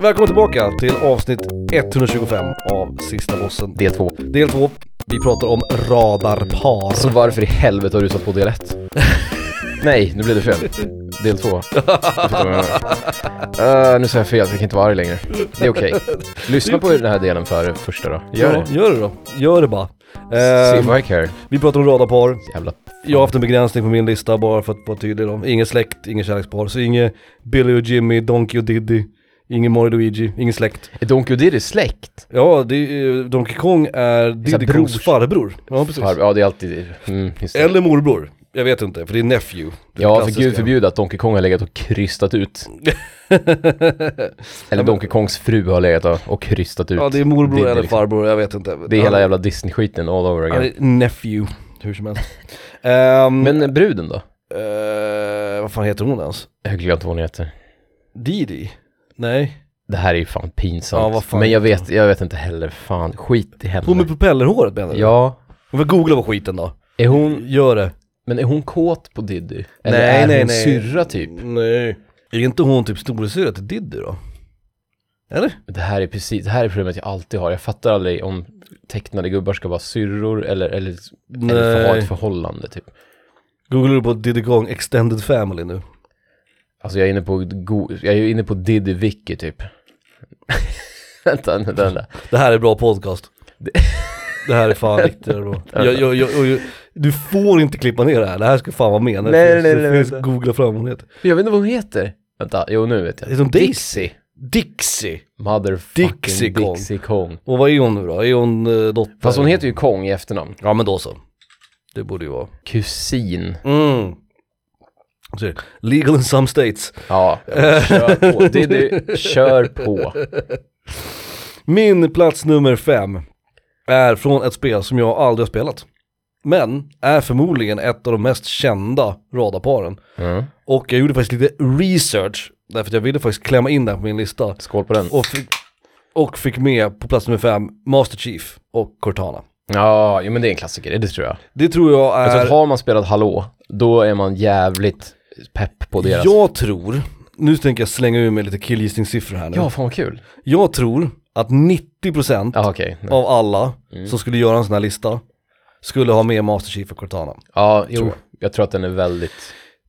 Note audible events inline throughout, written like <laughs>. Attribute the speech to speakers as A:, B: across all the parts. A: Välkommen tillbaka till avsnitt 125 av Sista Bossen.
B: Del två.
A: Del 2. Vi pratar om radarpar.
B: Så varför i helvete har du satt på
A: <laughs>
B: del ett? Nej, nu blev det fel. Del två. Eh, nu sa jag fel, jag kan inte vara arg längre. Det är okej. Lyssna på den här delen före första då. Gör det.
A: Ja, gör det då. Gör det bara.
B: See
A: Ehm,
B: if I care.
A: vi pratar om radarpar.
B: Jävla...
A: Jag har haft en begränsning på min lista bara för att vara tydlig då. Ingen släkt, ingen kärlekspar. Så inget Billy och Jimmy, Donkey och Diddy. Ingen Mario och Luigi, ingen släkt.
B: Är Donkey och Diddy släkt?
A: Ja, det är, ju- Donkey Kong är Diddy Kongs
B: brors-
A: farbror. Ja, precis.
B: Farb- Ja, det är alltid... Mm, just det.
A: Eller morbror. Jag vet inte, för det är Nephew. <laughs> Det är
B: Ja, för
A: klassiska.
B: gud förbjude att Donkey Kong har legat och krystat ut. Eller Donkey Kongs fru har legat och- och krystat ut.
A: Ja, det är morbror
B: Diddy,
A: eller
B: liksom.
A: farbror, jag vet inte.
B: Det är
A: Ja.
B: hela jävla Disney-skiten all over
A: Han
B: again.
A: är nephew, hur som
B: <laughs>
A: helst. Ehm,
B: Men eh, bruden då?
A: eh, vad fan heter hon ens?
B: Jag har glömt vad hon heter.
A: Didi? Nej.
B: Det här är ju fan pinsamt.
A: Ja, vad fan
B: men jag vet, jag vet inte heller. Fan, skit i henne.
A: Hon med propellerhåret menar du?
B: Ja.
A: Men googla på skiten då.
B: Är hon,
A: Gör det.
B: men är hon kåt på Diddy? Eller
A: Nej,
B: är
A: nej,
B: hon
A: nej.
B: syrra typ?
A: Nej. Är inte hon typ storasyrra till Diddy då? Eller?
B: Det här är precis, det här är problemet jag alltid har. Jag fattar aldrig om tecknade gubbar ska vara syrror eller, eller, eller få ha ett förhållande typ.
A: Googlar du på Diddy Kong Extended Family nu?
B: Alltså jag är inne på, go, jag är inne på Diddy Vicky typ. <laughs> vänta, vänta, vänta.
A: Det här är bra podcast.
B: Det-
A: Det här är
B: <laughs>
A: fan riktigt bra. Jag, jag, jag, jag, du får inte klippa ner det här, det här ska fan vara med. Det
B: Nej,
A: finns-
B: nej,
A: det
B: nej,
A: finns-
B: vänta.
A: Googla fram vad hon heter.
B: Jag vet inte vad hon heter. Vänta, jo nu vet jag.
A: Heter hon Daisy?
B: Dixie.
A: Dixie!
B: Motherfucking
A: Dixie Kong.
B: Dixie Kong.
A: Och vad är hon nu då? Är hon eh, dotter?
B: Fast hon heter ju Kong i efternamn.
A: Ja men då så. Det borde ju vara.
B: Kusin.
A: Mm. Så, Legal in some states.
B: Ja, kör på. Det, det, kör på.
A: Min plats nummer fem är från ett spel som jag aldrig har spelat. Men är förmodligen ett av de mest kända radarparen.
B: Mm.
A: Och jag gjorde faktiskt lite research, därför att jag ville faktiskt klämma in det här på min lista.
B: Skål på den.
A: Och fick, och fick med på plats nummer fem, Master Chief och Cortana.
B: Ja, jo, men det är en klassiker, det tror jag.
A: Det tror jag är...
B: Alltså att har man spelat Hallå, då är man jävligt pepp på deras.
A: Jag tror, nu tänker jag slänga ur mig lite killgissningssiffror här nu.
B: ja fan vad kul.
A: Jag tror att 90%
B: Ja, Mm. okej.
A: av alla som skulle göra en sån här lista skulle ha med Master Chief och Cortana.
B: Ja, jo. Jag tror att den är väldigt...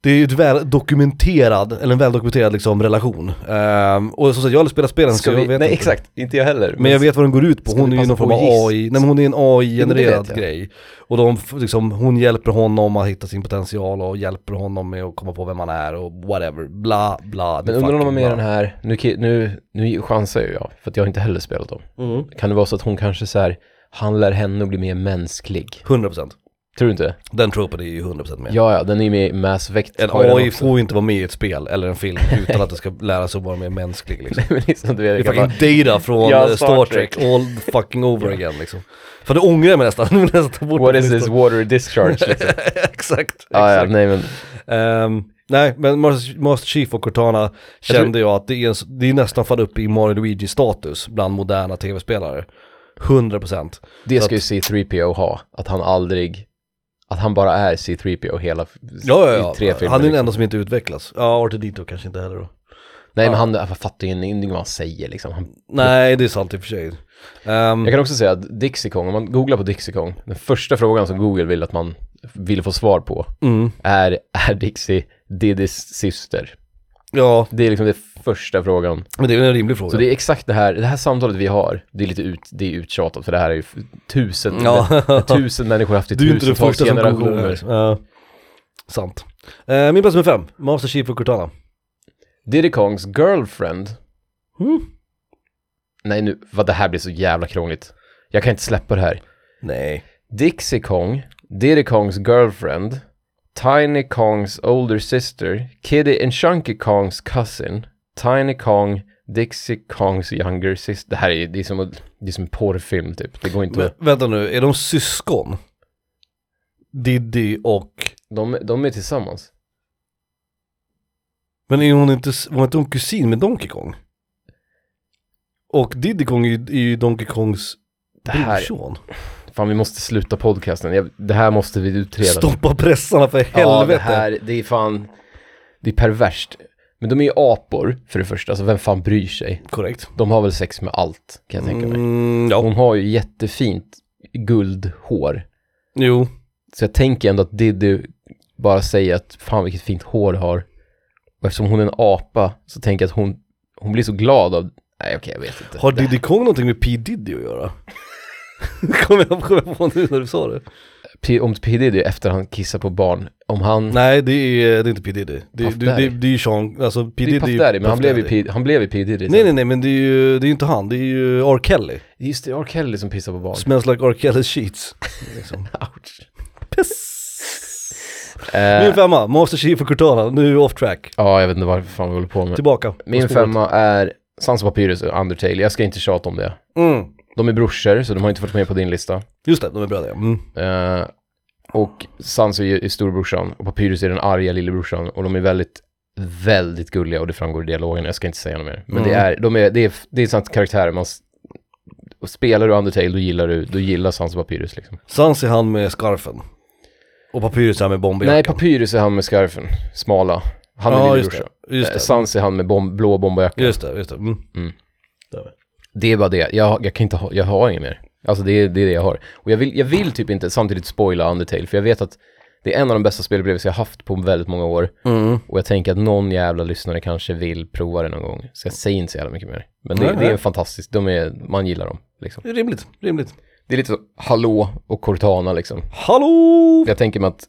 A: Det är ju ett väl dokumenterad, eller en väl dokumenterad liksom relation. Ehm, och som sagt, jag har aldrig spelat spelen så Alltså, jag vet
B: nej,
A: inte.
B: exakt. Inte jag heller.
A: Men jag vet vad den går ut på,
B: Ska
A: hon
B: vi
A: är ju
B: passa
A: någon form
B: på
A: av
B: att gissa?
A: AI, nej men hon är en AI-genererad
B: vet jag.
A: grej. Och de, f- liksom, hon hjälper honom att hitta sin potential och hjälper honom med att komma på vem man är och whatever, bla bla.
B: Men undrar om de har med
A: bla.
B: den här, nu, ki- nu, nu chansar ju jag, för att jag har inte heller spelat dem.
A: Mm.
B: Kan det vara så att hon kanske så här, handlar henne och blir mer mänsklig?
A: 100%.
B: Tror du inte det?
A: Den tropen är ju 100% med.
B: Ja, ja, den är ju med i Mass Effect.
A: En
B: Har ju den
A: AI
B: också. <laughs>
A: får ju inte vara med i ett spel eller en film utan att det ska lära sig att vara mer mänsklig liksom.
B: Nej, men liksom, du vet,
A: Det är
B: jag kan bara-
A: fucking data från
B: Ja,
A: eh, Star,
B: Star
A: Trek.
B: Trek.
A: all fucking over again liksom. För det ångrar jag mig nästan, <laughs> nu vill jag nästan ta bort
B: What
A: det
B: is
A: från
B: this
A: listan.
B: water
A: <laughs>
B: discharge? Liksom.
A: exakt,
B: ah, ja,
A: exakt.
B: nej men
A: Ehm, nej, men Master Master Chief och Cortana
B: tror-
A: kände jag att det är, en, s- det är nästan fan uppe i Mario Luigi-status bland moderna tv-spelare. 100%.
B: det
A: Så
B: ska ju C3PO ha, att han aldrig, att han bara är C3PO hela, f-
A: Ja, ja, ja.
B: i tre filmer.
A: Han är den
B: liksom.
A: enda som inte utvecklas. Ja, R2D2 kanske inte heller då.
B: Nej men han jag fattar ju ingenting vad han säger liksom. Han,
A: Nej, det är sant i och för sig. Ehm,
B: jag kan också säga att Dixie Kong, om man googlar på Dixie Kong, den första frågan som Google vill att man vill få svar på
A: mm,
B: är, är Dixie Diddys syster?
A: ja,
B: Det är liksom den första frågan.
A: men det är väl en rimlig fråga.
B: Så det är exakt det här, det här samtalet vi har, det är lite ut, det är uttjatat för det här är ju f- tusen, <laughs> tusen människor har haft
A: <laughs>
B: i
A: Du är inte den
B: tusentals
A: första som googlar det
B: generationer.
A: här. Ja. Sant. Eh, min plats nummer fem, Master Chief och Cortana.
B: Diddy Kongs girlfriend.
A: Mm.
B: Nej nu, vad det här blir så jävla krångligt. Jag kan inte släppa det här.
A: Nej.
B: Dixie Kong, Diddy Kongs girlfriend, Tiny Kongs older sister, Kiddy and Chunky Kongs cousin, Tiny Kong, Dixie Kongs younger sister. Det här är, det är, som, att- det är som en porrfilm typ. Det går inte
A: Men, vänta nu, är de syskon? Diddy och...
B: De, de är tillsammans.
A: Men är hon inte, s- var inte hon kusin med Donkey Kong? Och Diddy Kong är ju, är ju Donkey Kongs
B: Det här-
A: brorson.
B: Fan vi måste sluta podcasten. Jag, det här måste vi utreda.
A: Stoppa pressarna för helvete.
B: Ja, det här, det är fan, det är perverst. Men de är ju apor, för det första, så vem fan bryr sig?
A: Korrekt.
B: De har väl sex med allt, kan jag tänka mig.
A: Mm,
B: Hon
A: ja,
B: har ju jättefint guldhår.
A: jo.
B: Så jag tänker ändå att Diddy bara säger att fan vilket fint hår du har. Och eftersom hon är en apa så tänker jag att hon, hon blir så glad av, nej okej jag vet inte.
A: Har Diddy Kong någonting med P Diddy att göra? <laughs> Kommer jag, kom jag på nu när du sa det?
B: P- om P Diddy efter han kissar på barn, om han,
A: Nej, det är, det är inte P Diddy. Det,
B: Puff
A: det,
B: Daddy.
A: det, det är ju Sean, alltså P
B: det är ju
A: Diddy.
B: Puff Daddy, men han
A: Puff
B: blev, ju
A: Daddy.
B: P, han blev ju P Diddy.
A: Nej nej nej men det är ju det är ju inte han, det är ju R. Kelly.
B: nej. Just det, R. Kelly som pissar på barn.
A: Smells like R. Kelly sheets. Liksom.
B: <laughs> Ouch.
A: Piss. Min
B: Eh,
A: femma, Master Chief och Cortana, nu är vi off track.
B: ja, jag vet inte varför fan vi håller på med.
A: Tillbaka. på
B: Min
A: Typ spåret.
B: femma är Sans och Papyrus och Undertale, jag ska inte tjata om det.
A: Mm.
B: De är brorsor, så de har inte varit med på din lista.
A: Just det, de är bröder. Mm.
B: Eh, och Sans är ju storbrorsan och Papyrus är den arga lillebrorsan och de är väldigt, väldigt gulliga och det framgår i dialogen, jag ska inte säga något mer. Men det
A: Mm.
B: är, de är, det är, det är sånt karaktärer man, s- och spelar du Undertale då gillar du, då gillar Sans och Papyrus liksom.
A: Sans är han med skarfen. Och Papyrus är han med bomberjackan.
B: Nej, Papyrus är han med skarfen, smala. Han är
A: Ja, just
B: lillebrorsa.
A: det. Just
B: Eh,
A: det.
B: Sans är han med bom, blå bomberjacka.
A: Just det, just det. Mm.
B: Mm.
A: Där var det.
B: Det är bara det, jag, jag kan inte ha, jag har inget mer. Alltså det är, det är det jag har. Och jag vill, jag vill typ inte samtidigt spoila Undertale, för jag vet att det är en av de bästa spelupplevelser jag haft på väldigt många år.
A: Mm.
B: Och jag tänker att någon jävla lyssnare kanske vill prova det någon gång. Så jag säger inte så jävla mycket mer. Men det,
A: Nej,
B: det är
A: nej.
B: fantastiskt, de är, man gillar dem. Liksom.
A: Det är rimligt, rimligt.
B: Det är lite så, Hallå och Cortana liksom.
A: Hallå!
B: Jag tänker mig att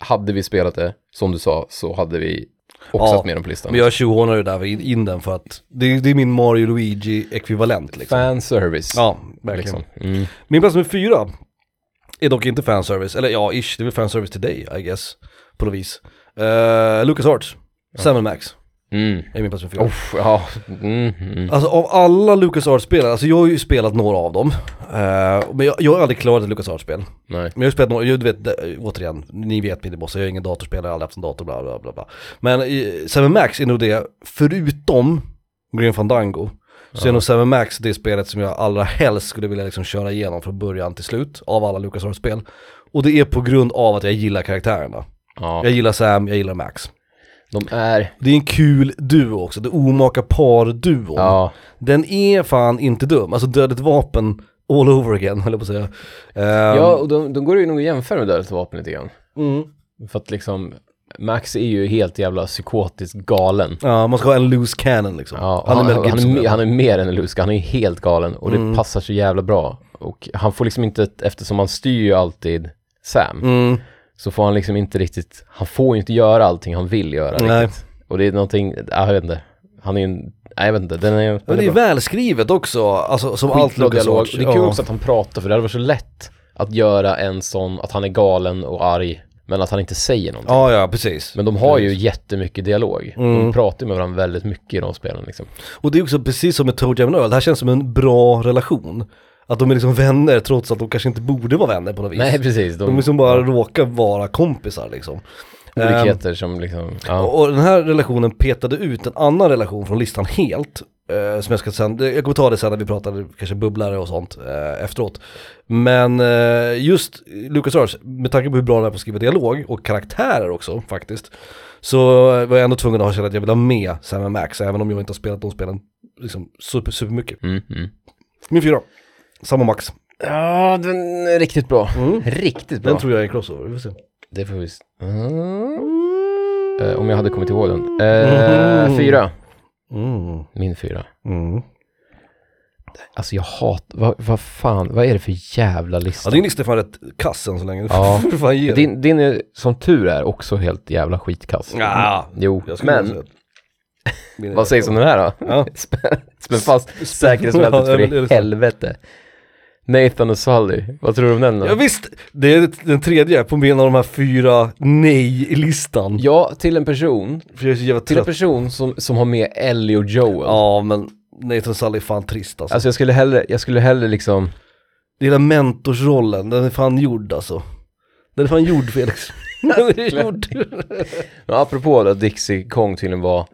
B: hade vi spelat det, som du sa, så hade vi också
A: Ja,
B: haft med dem på listan.
A: Men jag tjohånar det där in, in den för att det, är- det är min Mario Luigi-ekvivalent liksom.
B: Fanservice.
A: Ja, verkligen.
B: liksom. Mm.
A: Min plats nummer fyra är dock inte fanservice, eller ja, ish, det är väl fanservice till dig, I guess, på något vis. Uh, Lucas Arts, Sam Max,
B: Mm.
A: är min plats nummer fyra.
B: Uff, ja. Mm, mm.
A: Alltså av alla Lucas Arts-spel, alltså jag har ju spelat några av dem, eh, men jag, jag har aldrig klarat ett Lucas Arts-spel.
B: Nej.
A: Men jag har spelat några, jag, du vet, det- återigen, ni vet min boss, jag är ingen datorspelare, jag har aldrig haft en dator, bla bla bla. bla. Men i, Seven Max är nog det, förutom Green Fandango, så är nog Seven Max det spelet som jag allra helst skulle vilja liksom köra igenom från början till slut av alla Lucas Arts-spel. Och det är på grund av att jag gillar karaktärerna.
B: Ja.
A: Jag gillar Sam, jag gillar Max.
B: De är...
A: Det är en kul duo också, det omaka par-duon.
B: Ja.
A: Den är fan inte dum, alltså Dödligt Vapen all over again, höll jag på att säga. Ehm,
B: Ja, och de, de går ju nog att jämföra med Dödligt vapen lite grann.
A: mm.
B: För att liksom, Max är ju helt jävla psykotiskt galen.
A: Ja, man ska ha en loose cannon liksom.
B: Ja, han, han,
A: Mel
B: han,
A: Gibson,
B: är, me-
A: eller?
B: han är mer än en luska, han är helt galen och det
A: Mm.
B: passar så jävla bra. Och han får liksom inte, eftersom han styr ju alltid Sam,
A: Mm.
B: så får han liksom inte riktigt, han får ju inte göra allting han vill göra
A: Nej.
B: riktigt. Och det är någonting, ja, jag vet inte, han är en, nej, jag vet inte, den är,
A: Men
B: den
A: det är
B: är bra.
A: välskrivet också, alltså som allt
B: Skitbra
A: Lucas
B: dialog.
A: Arts.
B: Det är kul också att han pratar, för det hade varit så lätt att göra en sån, att han är galen och arg, men att han inte säger någonting.
A: Ja, ja, precis.
B: Men de har ju jättemycket dialog. De
A: Mm.
B: pratar ju med varandra väldigt mycket i de spelen liksom.
A: Och det är också precis som med Toe Jam and Earl, det här känns som en bra relation. Att de är liksom vänner trots att de kanske inte borde vara vänner på något vis.
B: Nej, precis.
A: de liksom bara råkar vara kompisar liksom.
B: Olikheter som liksom, ja.
A: Och den här relationen petade ut en annan relation från listan helt. eh, som jag, ska sen, jag kommer ta det sen när vi pratade kanske bubblare och sånt eh, efteråt. Men eh, just Lucas Arts, med tanke på hur bra den är på att skriva dialog och karaktärer också faktiskt. Så var jag ändå tvungen att ha känt att jag vill ha med Sam Max, även om jag inte har spelat de spelen liksom, super, super mycket.
B: Mm, mm.
A: Min fyra, Sam och Max.
B: Ja, den är riktigt bra.
A: Mm.
B: Riktigt bra.
A: Den tror jag är en crossover, vi får se.
B: Det får vi s- Mm. Eh, om jag hade kommit ihåg den. Eh,
A: Mhm.
B: Fyra.
A: Mm.
B: Min fyra.
A: Mm.
B: Alltså jag hatar, vad vad fan, vad är det för jävla lista?
A: Ja, din lista är fan rätt kass än så länge.
B: Ja.
A: <laughs> Får du fan ge dig.
B: Din, din är som tur är också helt jävla skitkass.
A: Ja,
B: Jo,
A: Jag skulle
B: men
A: säga att-
B: <laughs>
A: Min-
B: vad sägs om den här då?
A: Ja.
B: <laughs> Spänn-
A: <laughs>
B: Spänn fast säkerhetsbältet
A: Ja, men det
B: för
A: är
B: i
A: det så.
B: helvete. Nathan och Sully, vad tror du om den då?
A: Ja, visst, det är den tredje på min av de här fyra nej i listan.
B: Ja, till en person.
A: För jag är så jävla
B: Till en
A: trött.
B: person som, som har med Ellie och Joel.
A: Ja, men Nathan Sully är fan trist alltså.
B: Alltså jag skulle hellre, jag skulle hellre <laughs> liksom,
A: Det är den där mentorsrollen, den är fan gjord alltså. Den är fan gjord
B: <laughs>
A: Felix. den är gjord.
B: men apropå att Dixie Kong tydligen var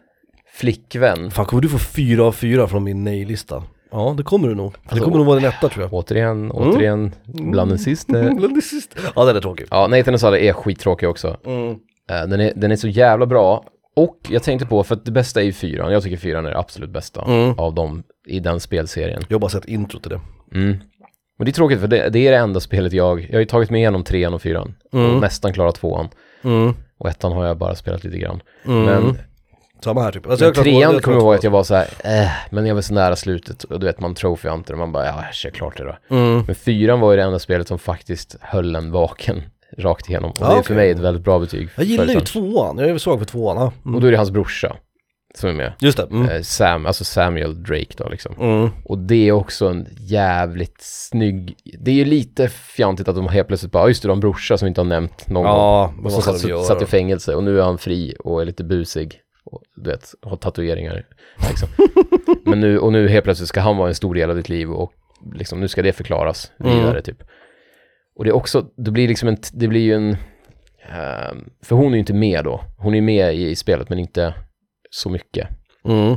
B: flickvän.
A: fan, kommer du få fyra av fyra från min nej-lista? Ja, det kommer du nog. det
B: Alltså,
A: kommer nog vara din etta tror jag.
B: Återigen, återigen, bland den sista.
A: Mm, det är sist. Ja, den är tråkig.
B: Ja, Nathan och Sally är skittråkiga också.
A: Mm.
B: Eh, Den är, den är så jävla bra Och jag tänkte på, för att det bästa är ju fyran, jag tycker fyran är det absolut bästa
A: Mm.
B: av dem i den spelserien.
A: Jag har bara sett intro till det.
B: Mm. Men det är tråkigt för det, det är det enda spelet jag, jag har ju tagit mig igenom trean och fyran. Och nästan klarat tvåan.
A: Mm.
B: Och ettan har jag bara spelat lite grann.
A: Mm.
B: Men,
A: Samma här typ. Alltså,
B: men
A: jag klarar-
B: trean
A: jag
B: kommer
A: klarar
B: jag ihåg
A: två.
B: att jag var så här, eh, men jag var så nära slutet. Och du vet, man trophyhunter och man bara, ja, jag kör klart det då.
A: Mm.
B: Men fyran var ju det enda spelet som faktiskt höll en vaken <laughs> rakt igenom. Och
A: Ja,
B: det är för
A: okej.
B: mig ett väldigt bra betyg.
A: Jag gillar ju
B: Förutom-
A: tvåan, jag är svag för tvåan. Ja.
B: Och
A: Mm.
B: då är det hans brorsa som är med.
A: Just det. Mm.
B: Eh, Sam, alltså Samuel Drake då liksom.
A: Mm.
B: Och det är också en jävligt snygg, det är ju lite fjantigt att de helt plötsligt bara, "Ja, just det, de har en brorsa som inte har nämnt någon.
A: Ja,
B: och
A: vad
B: som
A: ska de göra?
B: satt, satt i fängelse och nu är han fri och är lite busig. Och, du vet, har tatueringar
A: <laughs>
B: liksom. Men nu, och nu helt plötsligt ska han vara en stor del av ditt liv och liksom, nu ska det förklaras
A: Mm.
B: vidare typ. Och det är också, det blir liksom en, det blir ju en, ehm, för hon är ju inte med då. Hon är med i, i spelet men inte så mycket.
A: Mm.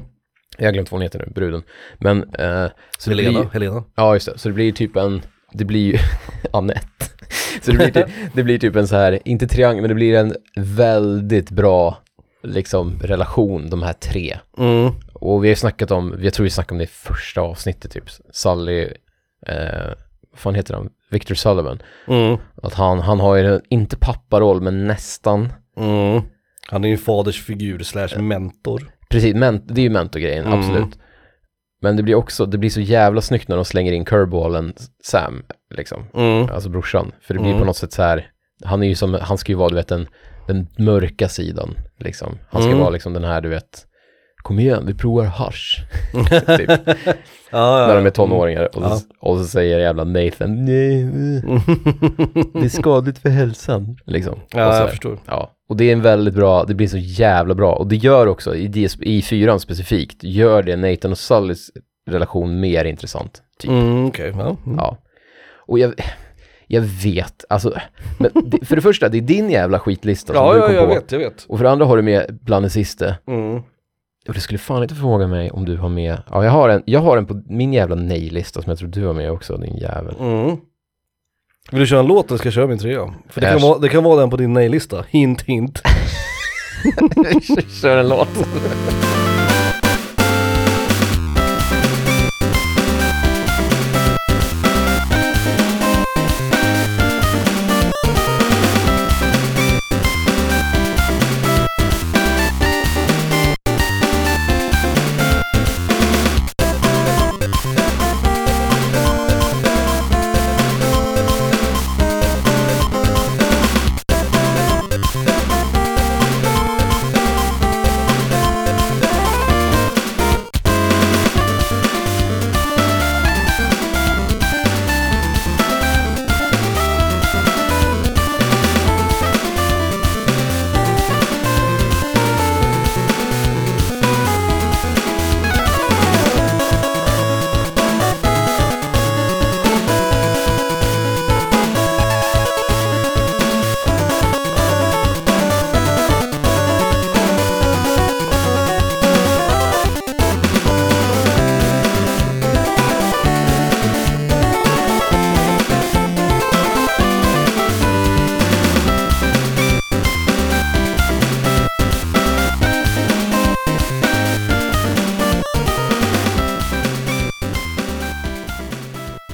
B: Jag har glömt vad hon heter nu, bruden. Men, eh, så det blir,
A: Helena,
B: ju-
A: Helena.
B: Ja, just det. Så det blir typ en, det blir ju <laughs> Anette. Så det blir, typ, det blir typ en så här, inte triangel, men det blir en väldigt bra liksom relation, de här tre.
A: Mm.
B: Och vi har ju snackat om, jag tror vi snackade om det i första avsnittet typ, Sally, eh, vad fan heter han, Victor Sullivan.
A: Mm.
B: Att han, han har ju, inte papparoll, men nästan.
A: Mm. Han är ju en fadersfigur slash mentor.
B: Precis, men, det är ju mentorgrejen,
A: Mm.
B: absolut. Men det blir också, det blir så jävla snyggt när de slänger in curveballen, Sam, liksom.
A: Mm.
B: alltså brorsan. För det blir
A: Mm.
B: på något sätt så här, han är ju som, han ska ju vara du vet den, den mörka sidan liksom. Han ska
A: Mm.
B: vara liksom den här du vet, kom igen vi provar
A: <laughs>
B: hasch. typ,
A: Ja, ja,
B: när de
A: ja.
B: är tonåringar. Och,
A: Ja.
B: så, och så säger jävla Nathan,
A: <laughs>
B: nej, eh, det är skadligt för hälsan. Liksom. och,
A: Ja,
B: så
A: jag
B: där.
A: förstår.
B: ja. och det är en väldigt bra, det blir så jävla bra. Och det gör också, i, DS i fyran specifikt, gör det Nathan och Sullys relation mer intressant. Typ.
A: Mm, Okej, ja. Mm.
B: Ja. Och jag, jag vet, alltså, men det, för det första, det är din jävla skitlista som
A: Ja,
B: Alltså, du
A: ja,
B: kom
A: jag
B: på.
A: vet, jag vet.
B: Och för det andra har du med bland det sista.
A: Mm.
B: Och det skulle fan inte fråga mig om du har med, ja jag har en, jag har en på min jävla nej-lista som jag tror du har med också, din jävel.
A: Mm. Vill du köra en låt eller ska jag köra min trea? För det, kan
B: Äsch.
A: vara, det kan vara den på din nej-lista, hint hint.
B: Kör en låt.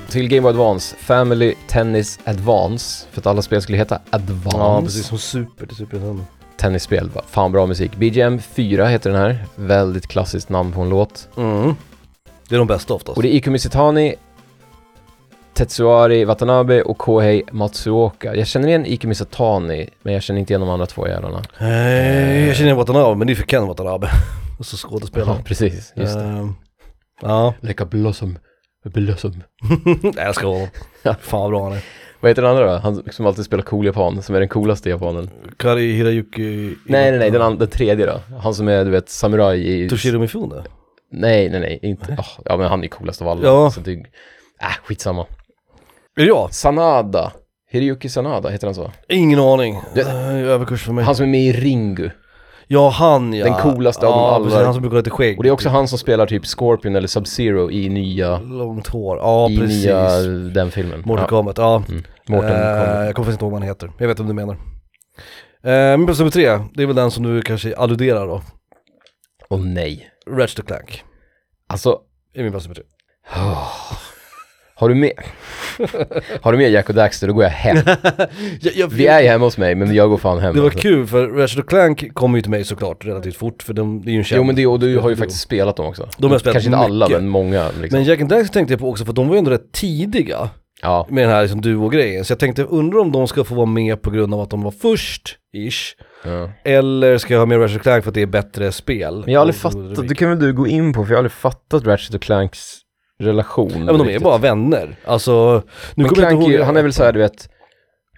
B: Till Game Boy Advance, Family Tennis Advance, för att alla spel skulle heta Advance.
A: Ja, precis som Super till Super Nintendo.
B: Tennisspel, va- fan bra musik. BGM 4 heter den här, väldigt klassiskt namn på en låt.
A: Mm. Det är de bästa oftast.
B: Och det är Iko Mizutani, Tetsuari Watanabe och Kohei Matsuoka. Jag känner igen Iko Mizutani, men jag känner inte igen de andra två jävlarna.
A: Nej, jag känner igen Watanabe, men det är för Ken Watanabe. <laughs> Och så
B: Ja,
A: skådespelaren.
B: precis. Just det.
A: Ehm, Ja,
B: Like a blossom, a blossom. <laughs>
A: jag älskar honom. Fan vad bra han är.
B: Vad heter den andra då? Han som alltid spelar cool japan, som är den coolaste japanen.
A: Kari Hirayuki...
B: Nej, nej, nej, den, and- den tredje då. Han som är, du vet, samuraj i...
A: Toshiro Mifune?
B: Nej, nej, nej, inte. ah, ja, men han är coolast av alla.
A: Ja.
B: Så det... Äh, skitsamma.
A: Är det jag?
B: Sanada. Hiroyuki Sanada, heter han så?
A: Ingen aning.
B: Det-
A: Eh, Överkurs för mig.
B: Han som är med i Ringu.
A: Ja, han ja.
B: Den coolaste av
A: ja,
B: dem alla.
A: Precis, han som brukar ha lite skägg.
B: Och det är också han som spelar typ Scorpion eller Sub-Zero i nya,
A: Långt hår, ja
B: i
A: precis.
B: nya den filmen.
A: Mortal
B: ja.
A: Kombat, ja.
B: Morten
A: Eh,
B: Kombat.
A: jag kommer faktiskt inte ihåg vad han heter. Jag vet om du menar. Eh, min plats nummer tre, det är väl den som du kanske alluderar då.
B: Och nej.
A: Ratchet och Clank
B: Alltså,
A: är min plats nummer tre.
B: har du med... <laughs> har du med Jack och Daxter, då går
A: <laughs>
B: jag hem.
A: Jag, jag,
B: Vi är ju hemma hos mig, men jag går fan hem.
A: det var
B: alltså.
A: kul för Ratchet och Clank kommer ju till mig såklart relativt fort för de, det är ju en känd.
B: Jo men det, och du har ju faktiskt spelat dem också.
A: De har jag spelat
B: Kanske inte alla,
A: mycket.
B: men många liksom.
A: Men Jack and Daxter tänkte jag på också för de var ju ändå rätt tidiga
B: Ja.
A: med den här liksom duo-grejen. Så jag tänkte, undrar om de ska få vara med på grund av att de var först, ish.
B: ja.
A: Eller ska jag ha med Ratchet och Clank för att det är bättre spel?
B: Men jag har aldrig fattat, det kan väl du gå in på, för jag har aldrig fattat Ratchet och Clanks relation.
A: Ja men de är bara vänner. Alltså, nu
B: Men
A: kommer jag
B: Clank,
A: inte
B: är-
A: ihåg.
B: han är väl såhär du vet,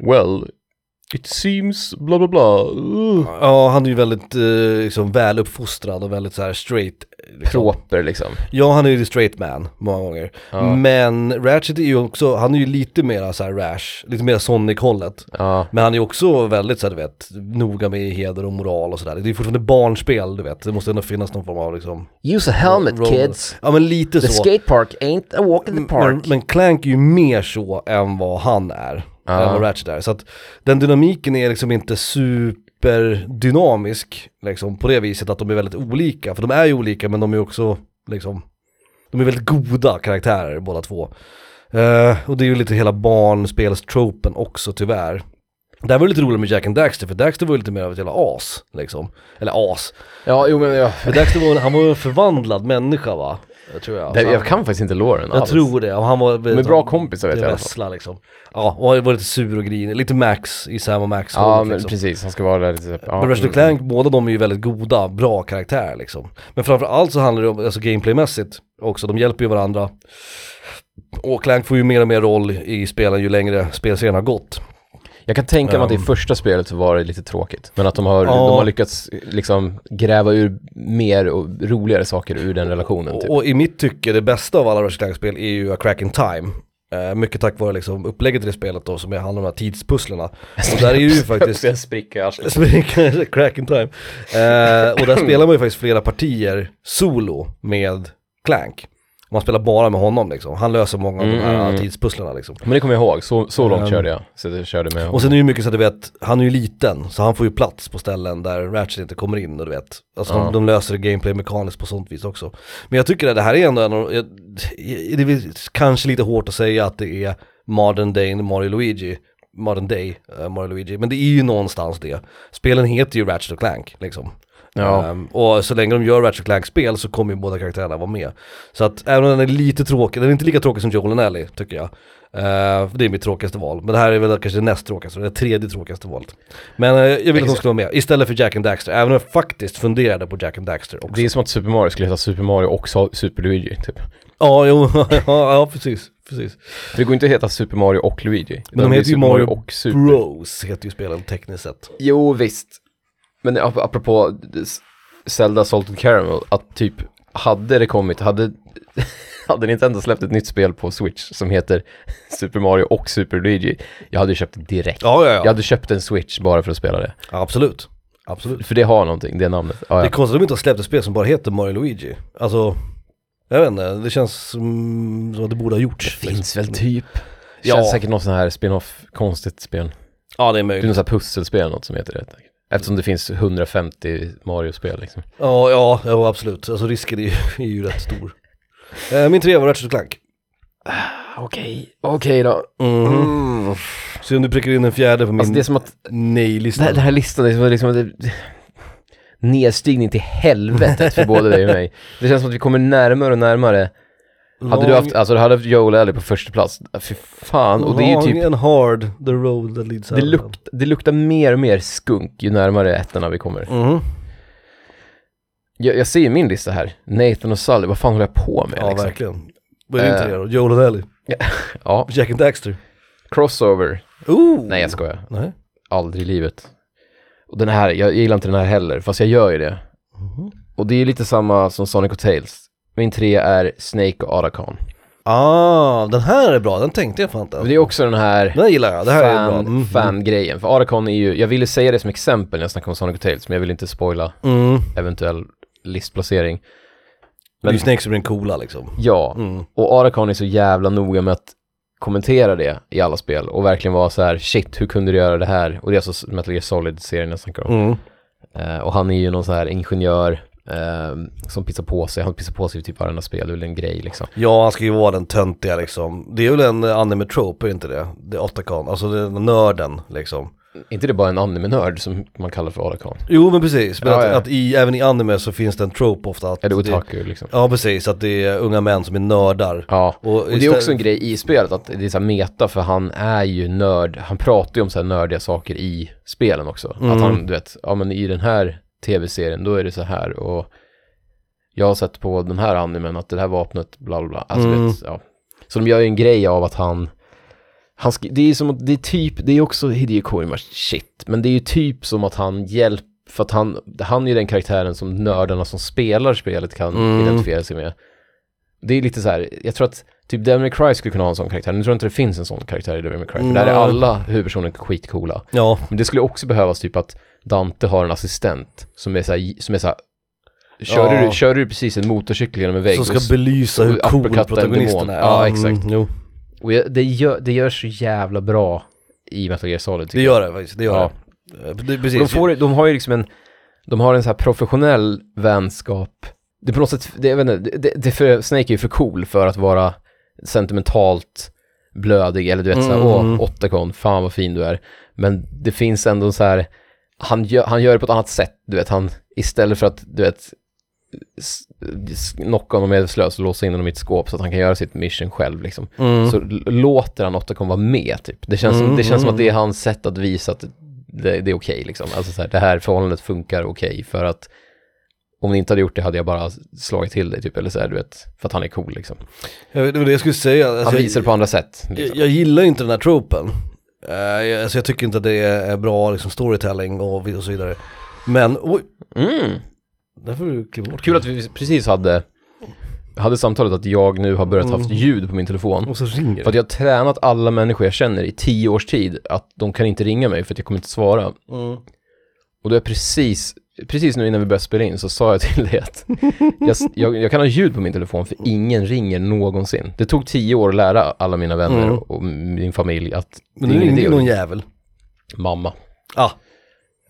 B: well, it seems bla bla bla. Uh.
A: Ja, han är ju väldigt eh, liksom, väl uppfostrad och väldigt så här straight. Liksom.
B: Proper liksom.
A: Ja, han är ju the straight man många gånger.
B: Ja.
A: Men Ratchet är ju också, han är ju lite mer så här rash, lite mer Sonic-hållet.
B: Ja.
A: Men han är ju också väldigt så här, du vet, noga med heder och moral och sådär. Det är ju fortfarande barnspel, du vet. Det måste ändå finnas någon form av liksom...
B: Use a helmet
A: roll- Ja men lite så.
B: skatepark ain't a walk in the
A: Men, men Clank är ju mer så än vad han är.
B: Ja.
A: Än vad Ratchet är. Så att den dynamiken är liksom inte superdynamisk liksom, på det viset att de är väldigt olika. För de är ju olika men de är också liksom, de är väldigt goda karaktärer båda två. Eh, och det är ju lite hela barnspelstropen också tyvärr. Där var det lite roligt med Jack and Daxter, för Daxter var ju lite mer av ett jävla as liksom. Eller as.
B: Ja, jo men jag,
A: För Daxter var, han var ju en förvandlad människa va? Jag tror jag.
B: det,
A: Så han-
B: jag kan faktiskt inte låren
A: Alltså, jag tror det, och han var...
B: De är bra kompisar vet jag i alla fall.
A: Wrestla liksom. Ja, och han var lite sur och grinig, lite Max i Sam och Max
B: Ja, men
A: liksom.
B: precis, han ska vara där lite ja. mm.
A: Men Ratchet Clank, båda de är ju väldigt goda, bra karaktärer liksom. Men framförallt så handlar det om, alltså gameplaymässigt också, de hjälper ju varandra. Och Clank får ju mer och mer roll i spelen ju längre spelserien har gått.
B: Jag kan tänka mig att i
A: Ehm.
B: första spelet så var det lite tråkigt. Men att de har,
A: Ja.
B: de har lyckats liksom gräva ur mer och roligare saker ur den relationen typ.
A: Och, och i mitt tycke, det bästa av alla Ratchet Clank-spel är ju A Crack in Time. Eh, mycket tack vare liksom upplägget i det spelet då som är handlar om de här
B: <laughs>
A: tidspusslerna. Och där är ju faktiskt
B: en spricka i arslet.
A: Spring- Crack in time. Eh, och där spelar man ju faktiskt flera partier solo med Clank. Man spelar bara med honom liksom. Han löser många av de
B: Mm,
A: här
B: mm.
A: tidspusslarna liksom.
B: Men det kommer jag ihåg, så, så långt
A: Ehm.
B: körde jag. Så det körde med
A: Och sen är det ju mycket så att du vet, han är ju liten så han får ju plats på ställen där Ratchet inte kommer in och du vet. Alltså
B: Ja.
A: de, de löser det gameplay mekaniskt på sånt vis också. Men jag tycker att det här är ändå en av, jag- det är väl kanske lite hårt att säga att det är modern day Mario Luigi. Modern day eh, Mario Luigi, men det är ju någonstans det. Spelen heter ju Ratchet och Clank liksom.
B: Ja.
A: Ehm, och så länge de gör Ratchet Clank-spel så kommer ju båda karaktärerna vara med. Så att även om den är lite tråkig, den är inte lika tråkig som Joel and Ellie tycker jag. Ehm, för det är mitt tråkigaste val. Men det här är väl kanske det näst tråkigaste, det tredje tråkigaste valet. Men eh, jag ville att de skulle vara med, istället för Jack and Daxter. Även om jag faktiskt funderade på Jack and Daxter också.
B: Det är som att Super Mario skulle heta Super Mario och Sa- Super Luigi typ.
A: Ja, jo, <laughs> ja, ja precis. precis.
B: För det går inte att heta Super Mario och Luigi. utan
A: de
B: det blir
A: heter ju
B: Super
A: Mario
B: och Super.
A: Bros heter ju spelen tekniskt sett.
B: Jo, visst. Men ap- apropå s- Zelda Salted Caramel, att typ hade det kommit, hade, <laughs> hade Nintendo släppt ett nytt spel på Switch som heter <laughs> Super Mario och Super Luigi, jag hade ju köpt det direkt.
A: Ja, ja,
B: Jag
A: ja.
B: hade köpt en Switch bara för att spela det.
A: ja absolut. Absolut.
B: För det har någonting, det namnet. Ja,
A: Det
B: ja.
A: är konstigt att de inte har släppt ett spel som bara heter Mario Luigi. Alltså, jag vet inte, det känns som, som att det borde ha gjorts.
B: Det finns väl typ. Det
A: Ja.
B: känns säkert något sån här spin-off, konstigt spel.
A: Ja det är
B: Det är
A: möjligt.
B: något sånt här pusselspel, något som heter det. Eftersom det finns 150 Mario-spel liksom.
A: Ja, ja, ja absolut. Alltså risken är ju, <laughs> är ju rätt stor. Eh, min trea var Ratchet Clank.
B: Okej, okej då.
A: Mm.
B: Mm-hmm.
A: Se om du prickar in en fjärde på min
B: Alltså det är som att
A: nej-lista.
B: Det här, den här listan, det var liksom det, nedstigning till helvetet för både dig och mig. Det känns som att vi kommer närmare och närmare. Hade du haft, alltså du hade haft Joel Alley på första plats, fy fan. Och det är ju
A: Long
B: typ,
A: and hard, the road that leads
B: det,
A: out.
B: lukt, det luktar mer och mer skunk ju närmare ettorna vi kommer.
A: Mhm.
B: Jag, jag ser ju min lista här, Nathan och Sally, vad fan håller jag på med
A: Ja
B: liksom?
A: verkligen. Vad är din
B: Eh.
A: trea då? Joel och Ellie?
B: Ja,
A: Jack and Daxter?
B: crossover.
A: Ooh.
B: Nej jag skojar,
A: Nej.
B: aldrig i livet. Och den här, jag gillar inte den här heller, fast jag gör ju det.
A: Mhm.
B: Och det är lite samma som Sonic och Tails. Min tre är Snake och Otacon.
A: Ah, den här är bra, den tänkte jag fan inte.
B: Och det är också den här
A: Den här gillar jag, det här är bra.
B: fan,
A: Mm.
B: fan-grejen. För Otacon är ju, jag ville säga det som exempel när jag snackade om Sonic och Tails, men jag vill inte spoila
A: Mm.
B: eventuell listplacering.
A: Det är ju Snake som är den coola liksom.
B: Ja,
A: Mm.
B: och Otacon är så jävla noga med att kommentera det i alla spel och verkligen vara så här shit, hur kunde du göra det här? Och det är alltså Metal Gear Solid-serien jag snackar om.
A: Mm.
B: Eh, och han är ju någon så här ingenjör eh, som pissar på sig. Han pissar på sig i typ varenda spel, det är väl en grej liksom.
A: Ja, han ska ju vara den töntiga liksom. Det är väl en eh, anime trope, är inte det? Det är Otakon, alltså den nörden liksom.
B: Inte det bara en anime-nörd som man kallar för Oracle?
A: Jo men precis, men
B: Ja,
A: att,
B: ja.
A: att i, även i anime så finns det en trope ofta att...
B: Är det
A: Alltså, det,
B: otaku liksom?
A: ja precis, att det är unga män som är nördar.
B: Ja.
A: Och,
B: Och det är
A: istället-
B: också en grej i spelet att det är så här meta för han är ju nörd, han pratar ju om så här nördiga saker i spelen också.
A: Mm.
B: Att han, du vet, ja men i den här tv-serien då är det så här och jag har sett på den här animen att det här vapnet bla bla bla. Alltså,
A: Mm.
B: du vet, ja. Så de gör ju en grej av att han, han sk- det är som att, det är typ, det är också Hideo Kojimas shit, men det är ju typ som att han hjälper för att han, han är ju den karaktären som nördarna som spelar spelet kan
A: Mm.
B: identifiera sig med. Det är lite så här, jag tror att typ Devil May Cry skulle kunna ha en sån karaktär. Nu tror jag inte det finns en sån karaktär i Devil May Cry, för där är
A: Nej.
B: alla huvudpersoner skitcoola.
A: Ja,
B: Men det skulle också behövas typ att Dante har en assistent som är så här, som är så här kör,
A: Ja.
B: du, kör du precis en motorcykel genom en vägg?
A: som
B: och
A: ska belysa hur
B: och
A: cool
B: uppercutta en
A: protagonisten
B: demon.
A: är.
B: Ja,
A: Mm,
B: exakt.
A: jo.
B: Och jag, det, gör, det gör så jävla bra i Metal Gear Solid. tycker
A: Det gör det faktiskt, det gör
B: Ja.
A: det. Eh, det.
B: jag.
A: Precis.
B: De, får, de har ju liksom en, de har en så här professionell vänskap. Det är på något sätt, det, jag vet inte, det, det, det är för, Snake är ju för cool för att vara sentimentalt blödig eller du vet såhär,
A: Mm.
B: åh, Otacon, fan vad fin du är. Men det finns ändå så här, han gör, han gör det på ett annat sätt, du vet, han, istället för att, du vet, s- s- knocka honom medvetslös och låsa in honom i ett skåp så att han kan göra sitt mission själv liksom
A: Mm.
B: så l- låter han Otacon vara med typ. Det känns, som,
A: Mm,
B: det känns som
A: mm.
B: att det är hans sätt att visa att det, det är okej liksom. Alltså så här, det här förhållandet funkar okej för att om ni inte hade gjort det hade jag bara slagit till dig typ, eller så här, du vet, för att han är cool liksom.
A: Jag vet det var det jag skulle säga. Alltså,
B: Han
A: jag-
B: visar det på andra sätt.
A: jag,
B: Liksom.
A: jag gillar ju inte den här tropen. Eh, jag, alltså jag tycker inte att det är bra liksom, storytelling och, och så vidare. Men, oj,
B: Mm.
A: där får du kliva bort.
B: Kul att vi precis hade, hade samtalet att jag nu har börjat
A: Mm.
B: haft ljud på min telefon.
A: Och så ringer
B: För att jag har tränat alla människor jag känner i tio års tid att de kan inte ringa mig för att jag kommer inte svara.
A: det. Mm.
B: Och då är precis, precis nu innan vi började spela in så sa jag till dig att jag, jag, jag kan ha ljud på min telefon för ingen ringer någonsin. Det tog tio år att lära alla mina vänner
A: Mm.
B: och, och min familj att
A: Men nu
B: det är ingen
A: ringde
B: idé.
A: ju
B: att
A: någon
B: ringa.
A: jävel.
B: Mamma.
A: Ah,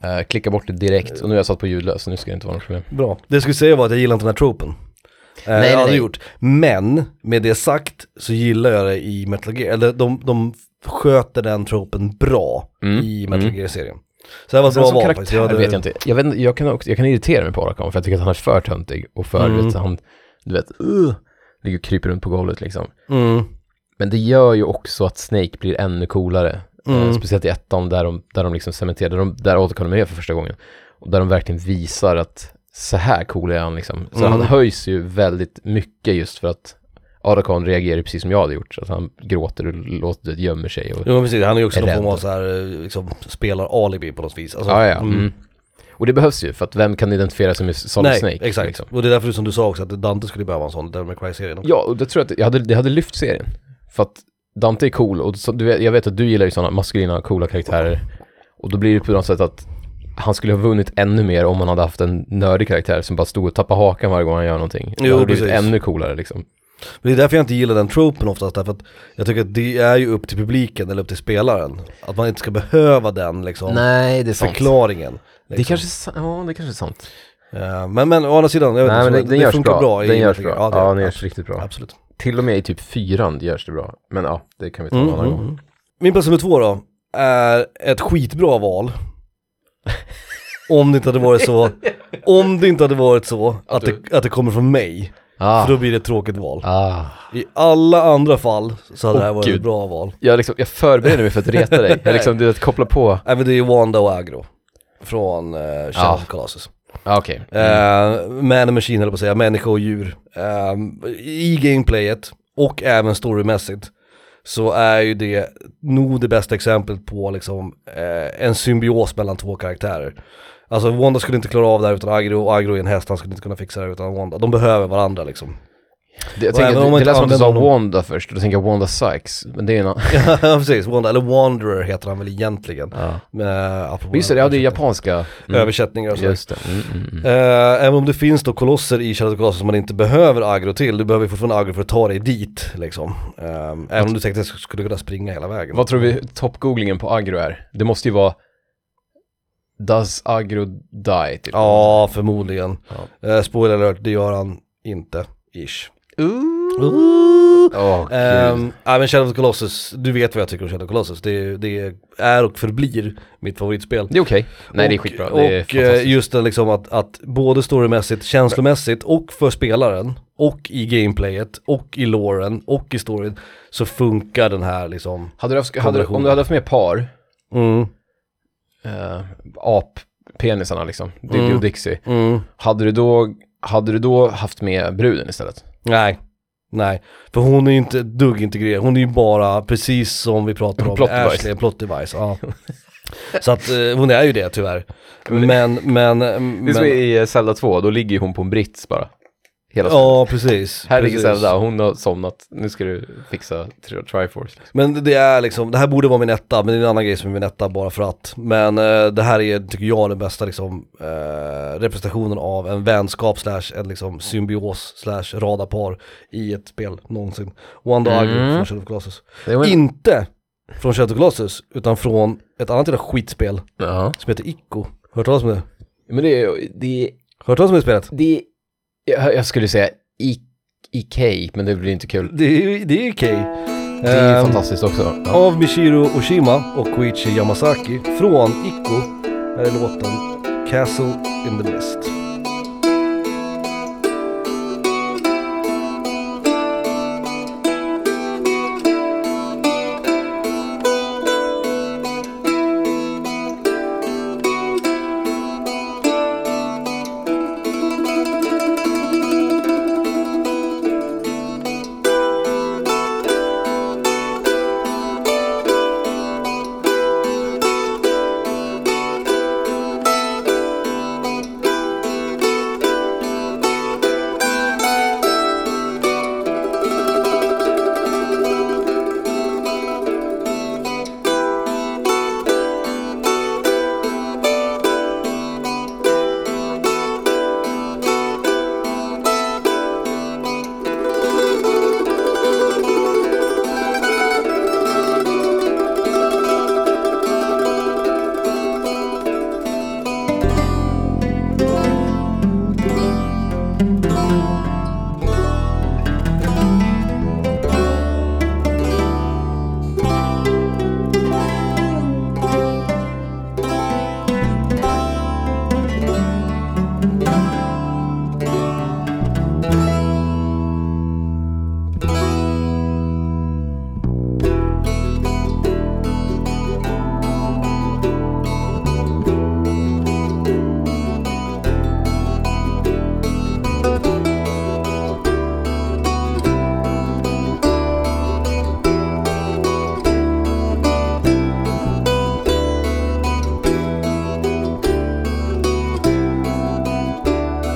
B: Eh, klicka bort det direkt och nu har jag satt på ljudlös så nu ska det inte vara något problem.
A: Bra. Det jag skulle säga var att jag gillar inte den här tropen. Nej,
B: Ah, nej,
A: jag hade
B: nej.
A: gjort. Men med det sagt så gillar jag det i Metal Gear. Eller de, de sköter den tropen bra i Metal Gear-serien. Så det här var ett
B: Sen
A: bra
B: Mm.
A: val
B: som Alltså, karaktär
A: faktiskt. hade-
B: vet jag inte. Jag, vet, inte- jag, kan också, jag kan irritera mig på Orakan för jag tycker att han är för töntig och för,
A: Mm.
B: du vet, han, du vet, uh, ligger och kryper runt på golvet liksom.
A: Mm.
B: Men det gör ju också att Snake blir ännu coolare. Eh,
A: Mm.
B: speciellt i ettan där de, där de liksom cementerar, där, de, där återkommer med för första gången. Och där de verkligen visar att så här cool är han liksom. Så
A: Mm.
B: han höjs ju väldigt mycket just för att Aracon reagerar ju precis som jag hade gjort. Så att han gråter och låter, gömmer sig. Och,
A: Jo men precis, han är ju också
B: Är
A: någon
B: rädd.
A: form av så här, eh, liksom, spelar alibi på något vis. Alltså,
B: ja, ja. Mm. och det behövs ju, för att vem kan identifiera sig med Solid
A: Nej,
B: Snake?
A: exakt.
B: liksom?
A: Och det är därför som du sa också att Dante skulle behöva en sån, Devil May Cry-serien.
B: Ja, och det tror jag att det hade, det hade lyft serien. För att Dante är cool och så, du, vet- jag vet att du gillar ju sådana maskulina, coola karaktärer. Och då blir det på något sätt att han skulle ha vunnit ännu mer om han hade haft en nördig karaktär som bara stod och tappade hakan varje gång han gör någonting.
A: Jo,
B: det hade blivit
A: precis.
B: ännu coolare liksom.
A: Men det är därför jag inte gillar den tropen oftast, därför att jag tycker att det är ju upp till publiken eller upp till spelaren. Att man inte ska behöva den liksom,
B: Nej, det är sant.
A: förklaringen.
B: Det
A: Liksom.
B: kanske, är sa- ja, det kanske är sant.
A: Eh, men, men å andra sidan, jag vet
B: Nej, men
A: inte,
B: det,
A: så
B: den görs
A: funkar
B: bra.
A: bra. i
B: den görs
A: Metal Gear.
B: bra.
A: Ja, det
B: Ja,
A: gör
B: den
A: den.
B: görs riktigt bra.
A: Absolut.
B: Till och med i typ fyran görs det bra. Men ja, det kan vi ta en
A: Mm,
B: annan gång.
A: Min plats nummer två då, är ett skitbra
B: <laughs>
A: val. om det inte hade varit så, om det inte hade varit så att det, att det kommer från mig.
B: Ah,
A: För då blir det ett tråkigt val.
B: ah.
A: I alla andra fall så hade det här
B: Åh,
A: varit
B: Gud.
A: ett bra val.
B: Jag, liksom, jag förbereder mig för att reta dig. Jag liksom, du vet, kopplar på.
A: Även Äh, det är Wanda och Agro från uh, Shadow
B: Ja.
A: of the Colossus.
B: Ah, Okej.
A: Eh, man och machine höll jag på att säga, människa och djur. Eh, I gameplayet och även storymässigt så är ju det nog det bästa exemplet på liksom eh, en symbios mellan två karaktärer. Alltså
B: <laughs>
A: Wanda skulle inte klara av det här utan Agro och Agro är en häst, han skulle inte kunna fixa det här utan Wanda. De behöver varandra liksom.
B: Det, jag
A: Och även
B: tänker,
A: om
B: det,
A: man
B: det
A: inte
B: lät som att du sa
A: använder
B: Wanda först, och då tänker jag Wanda Sykes. Men det är en annan.
A: Ja, precis. Wanda, eller Wanderer heter han väl egentligen. Eh, apropå
B: Just det, ja det är japanska. Mm.
A: Översättningar och så.
B: Just det. Mm, mm, mm.
A: Eh, även om det finns då kolosser i Shadow of the Colossus som man inte behöver agro till, du behöver ju fortfarande agro för att ta dig dit liksom. Eh, även om du tänkte att du skulle kunna springa hela vägen.
B: Vad tror vi toppgooglingen på agro är? Det måste ju vara Does agro die? Typ.
A: Ja, förmodligen.
B: Ja.
A: Eh, spoiler alert, det gör han inte, ish.
B: Ooh. Åh,
A: Ehm,
B: gud.
A: nej, men Shadow of the Colossus, du vet vad jag tycker om Shadow of the Colossus. Det, det är och förblir mitt favoritspel.
B: Det är okej. Nej, det är
A: Och-
B: skitbra. Det är
A: och
B: fantastiskt.
A: eh, just det liksom att, att både storymässigt, känslomässigt och för spelaren och i gameplayet och i loren och i storyn så funkar den här liksom.
B: Hade du haft, hade, du- om du hade haft med par,
A: Mm,
B: eh, ap-penisarna liksom, Diddy
A: Mm.
B: och Dixie,
A: mm,
B: hade du, då, hade du då haft med bruden istället?
A: nej. Nej, för hon är ju inte ett dugg integrerad, hon är ju bara precis som vi pratade om,
B: Plot device.
A: Ashley, en plot device. Ja. Så att eh, hon är ju det
B: <laughs>
A: tyvärr. Men, men,
B: Det är som
A: men
B: i eh, Zelda 2, då ligger ju hon på en brits bara. Hela tiden.
A: ja precis.
B: Här ligger
A: precis.
B: Zelda, hon har somnat, nu ska du fixa tri- Triforce. Liksom.
A: Men det är liksom, det här borde vara min etta, men det är en annan grej som är min etta bara för att. Men eh, det här är, tycker jag, den bästa liksom, eh, representationen av en vänskap slash en liksom symbios slash radarpar i ett spel någonsin. Wanda mm. Agro
B: Mm.
A: från Shadow of the Colossus.
B: Det var en...
A: Inte från Shadow of the Colossus, utan från ett annat jävla skitspel
B: Ja.
A: som heter Ico. Hört talas om det?
B: Men det är, det är,
A: Hört talas om det spelet?
B: det är jag, jag skulle säga I, IK, men det blir inte kul.
A: Det är, det är okej.
B: Det är ju
A: Ehm,
B: fantastiskt också. Ja.
A: av Michiro Oshima och Koichi Yamasaki från Ikko. Här är låten Castle in the Mist. <laughs>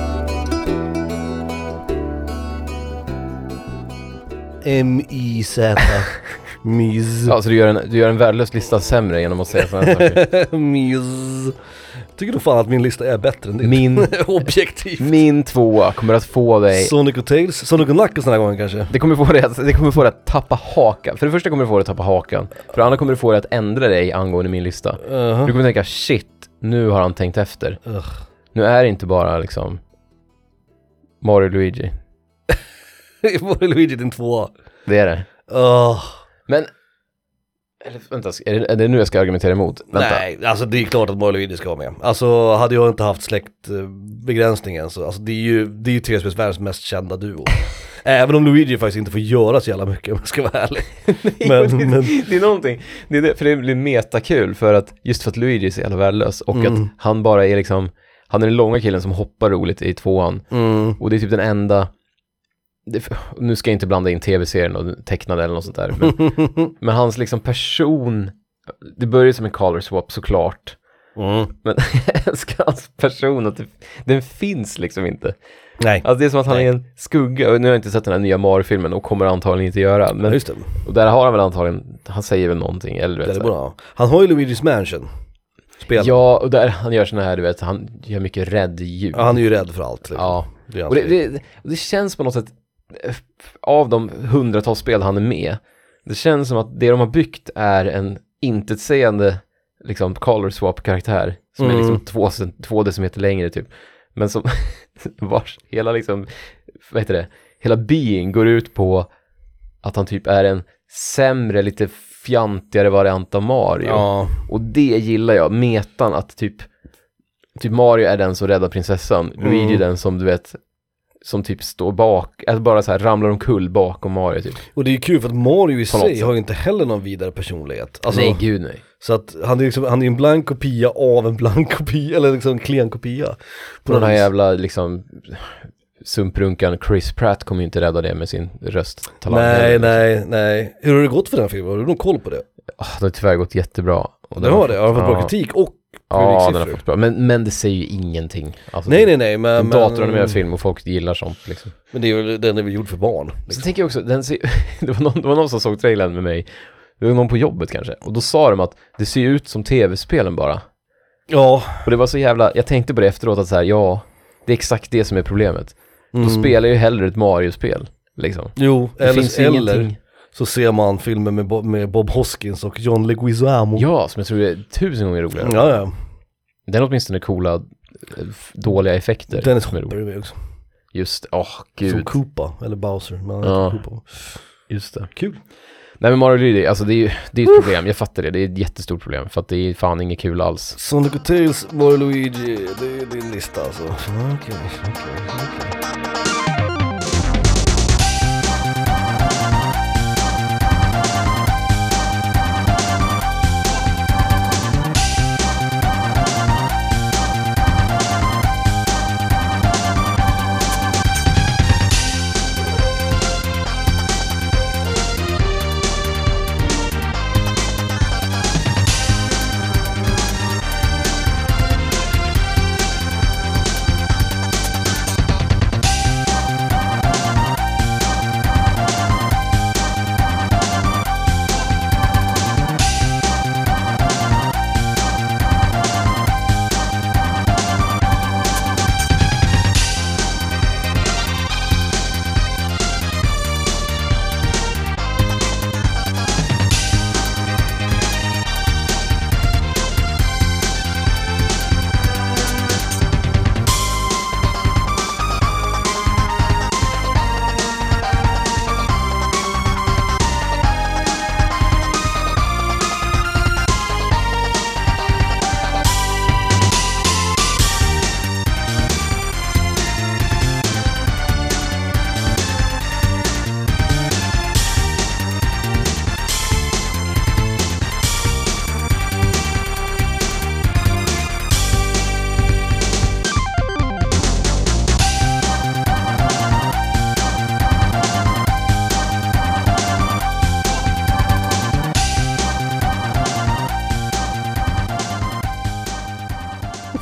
A: M-I-Z. Mys.
B: Ja, så du gör, en, du gör en värdelös lista sämre genom att säga sådana
A: <laughs>
B: här saker.
A: Mys. Tycker nog fan att min lista är bättre än
B: <laughs>
A: din.
B: Min,
A: Objektiv.
B: min tvåa kommer att få dig...
A: Sonic och Tails. Sonic och Knuckles den här gången kanske.
B: Det kommer, få dig att, det kommer få dig att tappa hakan. För det första kommer det få dig att tappa hakan. För det andra kommer det få dig att ändra dig angående min lista.
A: Uh-huh.
B: Du kommer tänka shit, nu har han tänkt efter.
A: Ugh. <laughs>
B: Nu är det inte bara liksom Mario och Luigi.
A: Var det Luigi din tvåa?
B: Det är det.
A: Åh.
B: Men... Eller vänta, är det, är det nu jag ska argumentera emot? Vänta. <laughs>
A: Nej, alltså det är klart att Mario Luigi ska vara med. Alltså hade jag inte haft släktbegränsningen så, alltså det är ju, det är ju tv-spelsvärldens mest kända
B: <laughs>
A: duo. Även om Luigi faktiskt inte får göra så jävla mycket om jag ska vara ärlig. Men-
B: det,
A: men-
B: det är någonting, det är det, för det blir metakul för att, just för att Luigi är så jävla värdelös och
A: Mm.
B: att han bara är liksom, han är den långa killen som hoppar roligt i tvåan.
A: Mm.
B: Och det är typ den enda, det, nu ska jag inte blanda in tv-serien och tecknade eller något sånt där, men, men hans liksom person, det börjar ju som en color swap såklart,
A: <laughs>
B: <laughs>
A: Mm.
B: Men jag älskar hans person, att det, den finns liksom inte.
A: Nej,
B: Alltså det är som att han
A: Nej.
B: är en skugga, och nu har jag inte sett den här nya Mario-filmen och kommer antagligen inte göra.
A: ja,
B: Men
A: just det.
B: och där har han väl antagligen, han säger väl någonting eller du
A: det
B: vet,
A: är
B: så här.
A: bra. Han har ju Luigi's Mansion. Spel. Ja.
B: Ja, och där han gör såna här, du vet, han gör mycket rädd ljud.
A: Han är ju rädd för allt. Liksom.
B: Ja.
A: Det är
B: Och det,
A: hans grej.
B: det, och det känns på något sätt, eh, av de hundratals spel han är med, det känns som att det de har byggt är en intetsägande liksom color swap-karaktär som är
A: Mm.
B: liksom två, cent- två decimeter längre typ. Men som <laughs> vars hela liksom, vad heter det, hela being går ut på att han typ är en sämre, lite fjantigare variant av Mario.
A: ja.
B: Och det gillar jag, metan att typ, typ Mario är den som räddar prinsessan,
A: Mm.
B: Luigi är den som du vet, som typ står bak, alltså bara så här ramlar omkull bakom Mario typ.
A: Och det är ju kul för att Mario i
B: något
A: sig
B: sätt.
A: har ju inte heller någon vidare personlighet. Alltså,
B: nej, gud nej.
A: Så att han är, liksom, han är en blank kopia av en blank kopia, eller liksom en klen kopia.
B: På den här jävla liksom sumprunkan Chris Pratt kommer ju inte rädda det med sin rösttalang.
A: Nej,
B: heller. liksom.
A: nej, nej. Hur har det gått för den filmen? Har du någon koll på det?
B: Ah, det har tyvärr gått jättebra. Och
A: Den har det, har den fått bra
B: ja.
A: kritik och
B: Ja, den har
A: publiksiffror?
B: fått bra. Men, men det säger ju ingenting. Alltså,
A: Nej, nej, nej, men...
B: En datoranimerad
A: men,
B: film och folk gillar sånt liksom.
A: men det är väl, den är väl gjord för barn.
B: Sen
A: Liksom.
B: tänker jag också, den ser, <laughs> det, var någon, det var någon som såg trailern med mig, det var någon på jobbet kanske, och då sa de att det ser ut som tv-spelen bara.
A: Ja.
B: Och det var så jävla, jag tänkte på det efteråt att så här, ja, det är exakt det som är problemet. Då
A: Mm.
B: spelar jag ju hellre ett Mario-spel, liksom.
A: Jo,
B: Det finns
A: eller,
B: ju
A: eller
B: ingenting.
A: så ser man filmer med, Bo- med Bob Hoskins och John Leguizamo.
B: Ja, som jag tror är tusen gånger roligare.
A: ja, ja.
B: Den har åtminstone coola, eh, f- dåliga effekter.
A: Dennis
B: som är
A: Hopper
B: roligt.
A: är med också.
B: Just, åh
A: Som
B: gud.
A: Koopa, eller Bowser. Men han
B: Ja.
A: heter Koopa.
B: Just det.
A: Kul.
B: Nej men Mario Luigi, alltså det är ju det är ett problem, jag fattar det, det är ett jättestort problem, för att det är fan inget kul alls.
A: Sonic och Tails, Mario Luigi, det är din lista alltså. Okej, okej, okej.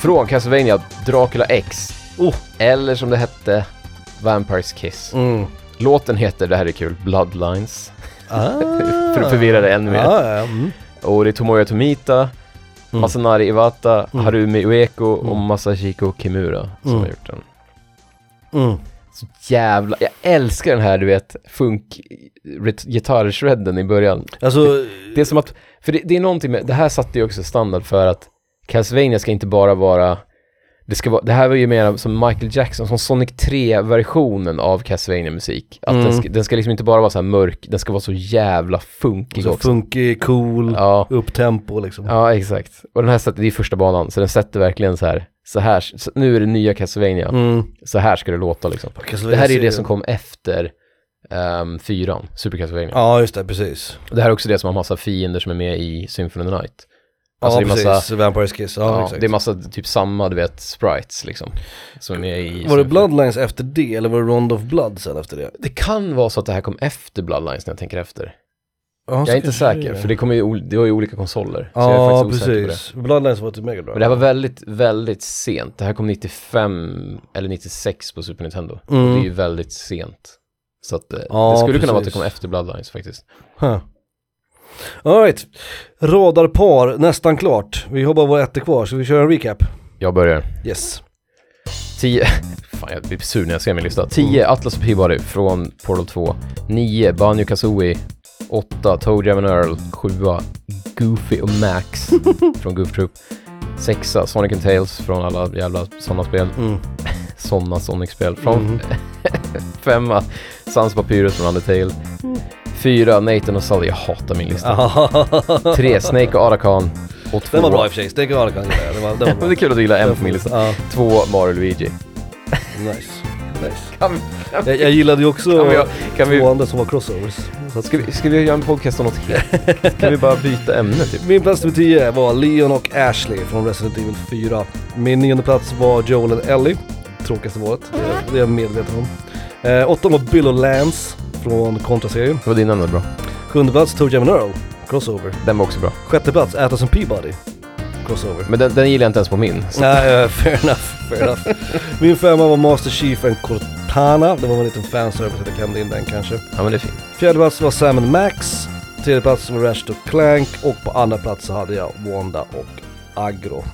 B: Från Castlevania Dracula X.
A: Oh.
B: Eller som det hette, Vampires Kiss. <laughs>
A: Mm.
B: Låten heter, det här är kul, Bloodlines.
A: Ah.
B: För att förvirra det ännu mer.
A: Ja, ja, mm.
B: Och det är Tomoya Tomita,
A: Mm.
B: Masanari Iwata,
A: Mm.
B: Harumi Ueko och
A: Mm.
B: Masashiko Kimura som
A: Mm.
B: har gjort den.
A: Mm.
B: Så jävla, jag älskar den här du vet, funk ret- gitarrshredden i början.
A: Alltså,
B: Det är som att, för det, det är någonting med, det här satte ju också standard för att Castlevania ska inte bara vara, det ska vara, det här var ju mer som Michael Jackson, som Sonic 3-versionen av Castlevania musik Att
A: Mm.
B: den, ska, den ska liksom inte bara vara så här mörk, den ska vara så jävla funkig
A: så
B: också.
A: funkig, eh, cool,
B: ja,
A: upptempo liksom.
B: ja, exakt. Och den här sätter, det är första banan, så den sätter verkligen så här, så här, så, nu är det nya Castlevania,
A: Mm.
B: så här ska det låta liksom. Det här är ju det som kom efter um, fyran, Super Castlevania.
A: Ja, just det, precis.
B: Och Det här är också det som har massa fiender som är med i Symphony of the Night.
A: ja,
B: Alltså det är
A: precis.
B: massa,
A: Vampires Kiss, ja,
B: ja,
A: exakt.
B: det är massa typ samma, du vet, sprites liksom. Som är med i...
A: var det
B: som-
A: Bloodlines efter det, eller var det Rond of Blood sen efter det?
B: Det kan vara så att det här kom efter Bloodlines när jag tänker efter.
A: Ja,
B: Jag är inte
A: kanske
B: säker, för det, kommer ju, ol- det var ju olika konsoler. så jag är
A: Ja,
B: faktiskt osäker på det.
A: precis. Bloodlines var till Mega Drive.
B: Men det här var väldigt, väldigt sent. Det här kom 95 eller 96 på Super Nintendo.
A: Mm.
B: Och det är ju väldigt sent. Så att, eh,
A: Ja,
B: det skulle kunna vara att det
A: precis.
B: kom efter Bloodlines faktiskt.
A: Huh. Alright, radarpar nästan klart. Vi har bara våra ettor kvar så vi kör en recap.
B: Jag börjar.
A: Yes.
B: 10, <laughs> fan jag blir sur när jag ser min
A: Mm.
B: lista. 10, Atlas och Peabody från Portal 2. 9, Banjo Kazooie. 8, Toe Jam and Earl. 7, Goofy och
A: <laughs>
B: Max från Goof Troop. 6, Sonic and Tails från alla jävla sådana spel.
A: Mm.
B: Sådana Sonic-spel.
A: <laughs>
B: Från
A: Mhm.
B: Femma, Sans Papyrus från Undertale. Fyra, Nathan och Sally. Jag hatar min lista. <laughs> Tre, Snake och Arakan. Och två...
A: Den var bra i och för sig, Snake Arakan gillar jag. Den var, den var
B: Men
A: bra.
B: <laughs> det är kul att du gillar en på min lista.
A: Ja,
B: Två, Mario och Luigi.
A: nice. nice.
B: Kan, kan,
A: Jag, jag gillade ju också
B: kan, vi, kan vi,
A: två andra som var crossovers. Så att-
B: ska vi... Ska vi göra en podcast om något helt? Kan vi bara byta ämne typ?
A: Min plats nummer 10 var Leon och Ashley från Resident Evil 4. Min nionde plats var Joel och Ellie, tråkigaste valet. Det är jag medveten om. Eh, åttonde var Bill och Lance från Contra-serien.
B: Det var din ämne bra.
A: Sjunde plats Toe Jam and Earl, crossover.
B: Den var också bra.
A: Sjätte plats, Atlas and Peabody.
B: <laughs>
A: Crossover.
B: Men den, den gillar jag inte ens på min. Så.
A: Nej, eh, fair enough, fair enough. Min femma var Master Chief and Cortana. Det var en liten fanservice att jag klämde in den kanske.
B: Ja men det är fint.
A: Fjärde plats var Sam and Max. Tredje plats var Ratchet och Clank. Och på andra plats så hade jag Wanda och Agro.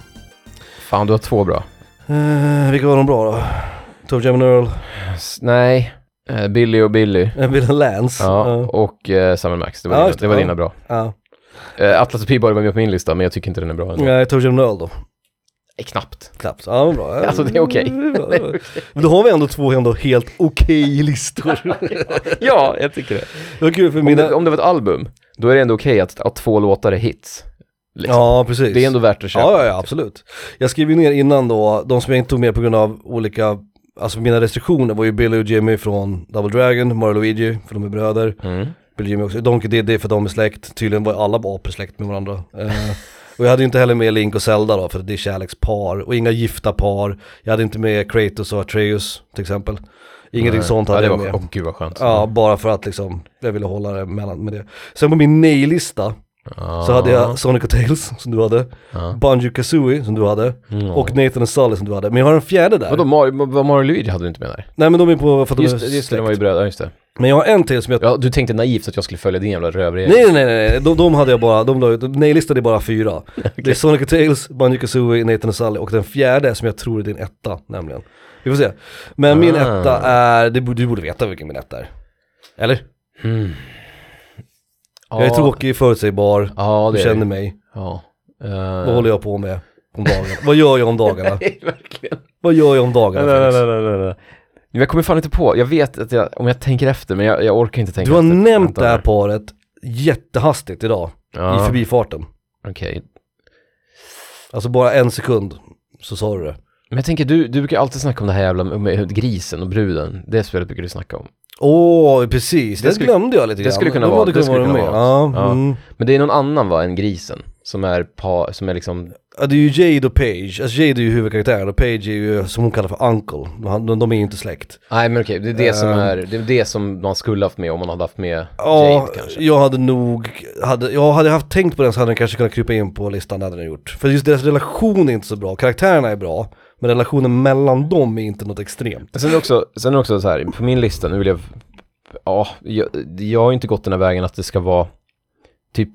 B: Fan du har två bra.
A: Eh, vilka var de bra då? Tom Jam and Earl,
B: S- Nej, eh, Billy och Billy.
A: eh, Bill and Lance.
B: Ja,
A: Ja.
B: och eh, Sam Max. Det var,
A: Ja,
B: dina,
A: just det.
B: det var
A: Ja.
B: dina bra.
A: Ja.
B: Eh, Atlas och Peabody var med på min lista, men jag tycker inte den är bra ändå.
A: Nej, Tom Jam and Earl då.
B: Eh, Knappt.
A: Knappt. Ja, men bra. <laughs> Ja,
B: <laughs> Alltså, det är okej.
A: det är bra, det är bra. Men då har vi ändå två ändå helt okej
B: <laughs>
A: listor.
B: Ja, jag tycker det.
A: Det var kul för
B: Om
A: mina...
B: det, om det var ett album, då är det ändå okej att, att två låtar är hits. Liksom.
A: Ja, precis.
B: Det är ändå värt att köpa.
A: Ja, ja, ja, absolut. Jag skrev ju ner innan då, de som jag inte tog med på grund av olika, alltså mina restriktioner var ju Billy och Jimmy från Double Dragon, Mario och Luigi, för de är bröder.
B: Mm.
A: Billy och Jimmy också, Donkey D.D. för de är släkt, tydligen var alla apor släkt med varandra. Eh, <laughs> och jag hade ju inte heller med Link och Zelda då, för det är kärlekspar, och inga gifta par. Jag hade inte med Kratos och Atreus till exempel. Ingenting
B: Nej.
A: sånt hade
B: ja, det
A: jag
B: var,
A: med.
B: Åh gud vad skönt.
A: Ja, bara för att liksom, jag ville hålla det mellan med det. Sen på min nej-lista
B: Ja.
A: så hade
B: Ah.
A: jag Sonic och Tails, som du hade.
B: Ja.
A: Banjo Kazooie som du hade
B: Mm.
A: och Nathan och Sally som du hade. Men jag har en fjärde där.
B: Vadå, Mario, vad Mario Luigi hade du inte med där?
A: Nej men de är på för att
B: Just,
A: de är
B: det, just det,
A: släkt.
B: de var ju bröder, ja, just det.
A: Men jag har en till som jag...
B: Ja, du tänkte naivt att jag skulle följa din jävla rövregel.
A: Nej nej nej, nej. De, de hade jag bara, de la ut, nej-listade är bara
B: <laughs>
A: fyra. Det är Sonic och Tails, Banjo Kazooie, Nathan och Sally och den fjärde som jag tror är din etta nämligen. Vi får se. Men min
B: Ah.
A: etta är, det, borde- du borde veta vilken min etta är. Eller?
B: Mm. Ja,
A: Jag är tråkig, förutsägbar,
B: Ja,
A: du
B: det
A: känner
B: är
A: mig.
B: Ja. Eh.
A: Vad håller jag på med om dagarna? Vad gör jag om
B: <laughs>
A: dagarna?
B: Nej, verkligen.
A: Vad gör jag om dagarna?
B: Nej, nej,
A: Felix?
B: nej, nej, nej, nej. Men Jag kommer fan inte på, jag vet att jag, om jag tänker efter, men jag, jag orkar inte tänka
A: Du har
B: efter.
A: nämnt
B: Vänta
A: det här
B: nu.
A: paret jättehastigt idag
B: ja.
A: i förbifarten.
B: Okej.
A: Alltså bara en sekund så sa du det.
B: Men jag tänker, du, du brukar alltid snacka om det här jävla med, med grisen och bruden. Det spelet brukar du snacka om.
A: Åh, precis. Det,
B: Det skulle-
A: glömde jag lite
B: det
A: grann.
B: skulle kunna
A: Den
B: vara-
A: hade
B: det skulle
A: vara
B: kunna
A: med.
B: vara
A: Ja,
B: Ja.
A: Mm.
B: Men det är någon annan va, än grisen? Som är, pa, som är liksom,
A: ja, det är ju Jade och Page. Alltså Jade är ju huvudkaraktären och Page är ju eh, som hon kallar för Uncle. Han- De, de är ju inte släkt.
B: nej men okej, det är det som
A: Ehm.
B: är, det är det som man skulle haft med om man hade haft med
A: Ja,
B: Jade kanske.
A: jag hade nog, hade, jag hade haft tänkt på den så hade den kanske kunnat krypa in på listan, det hade den gjort. För just deras relation är inte så bra, karaktärerna är bra, men relationen mellan dem är inte något extremt.
B: Sen är det också, sen är det också så här, på min lista, nu vill jag, ja, jag, jag har ju inte gått den här vägen att det ska vara typ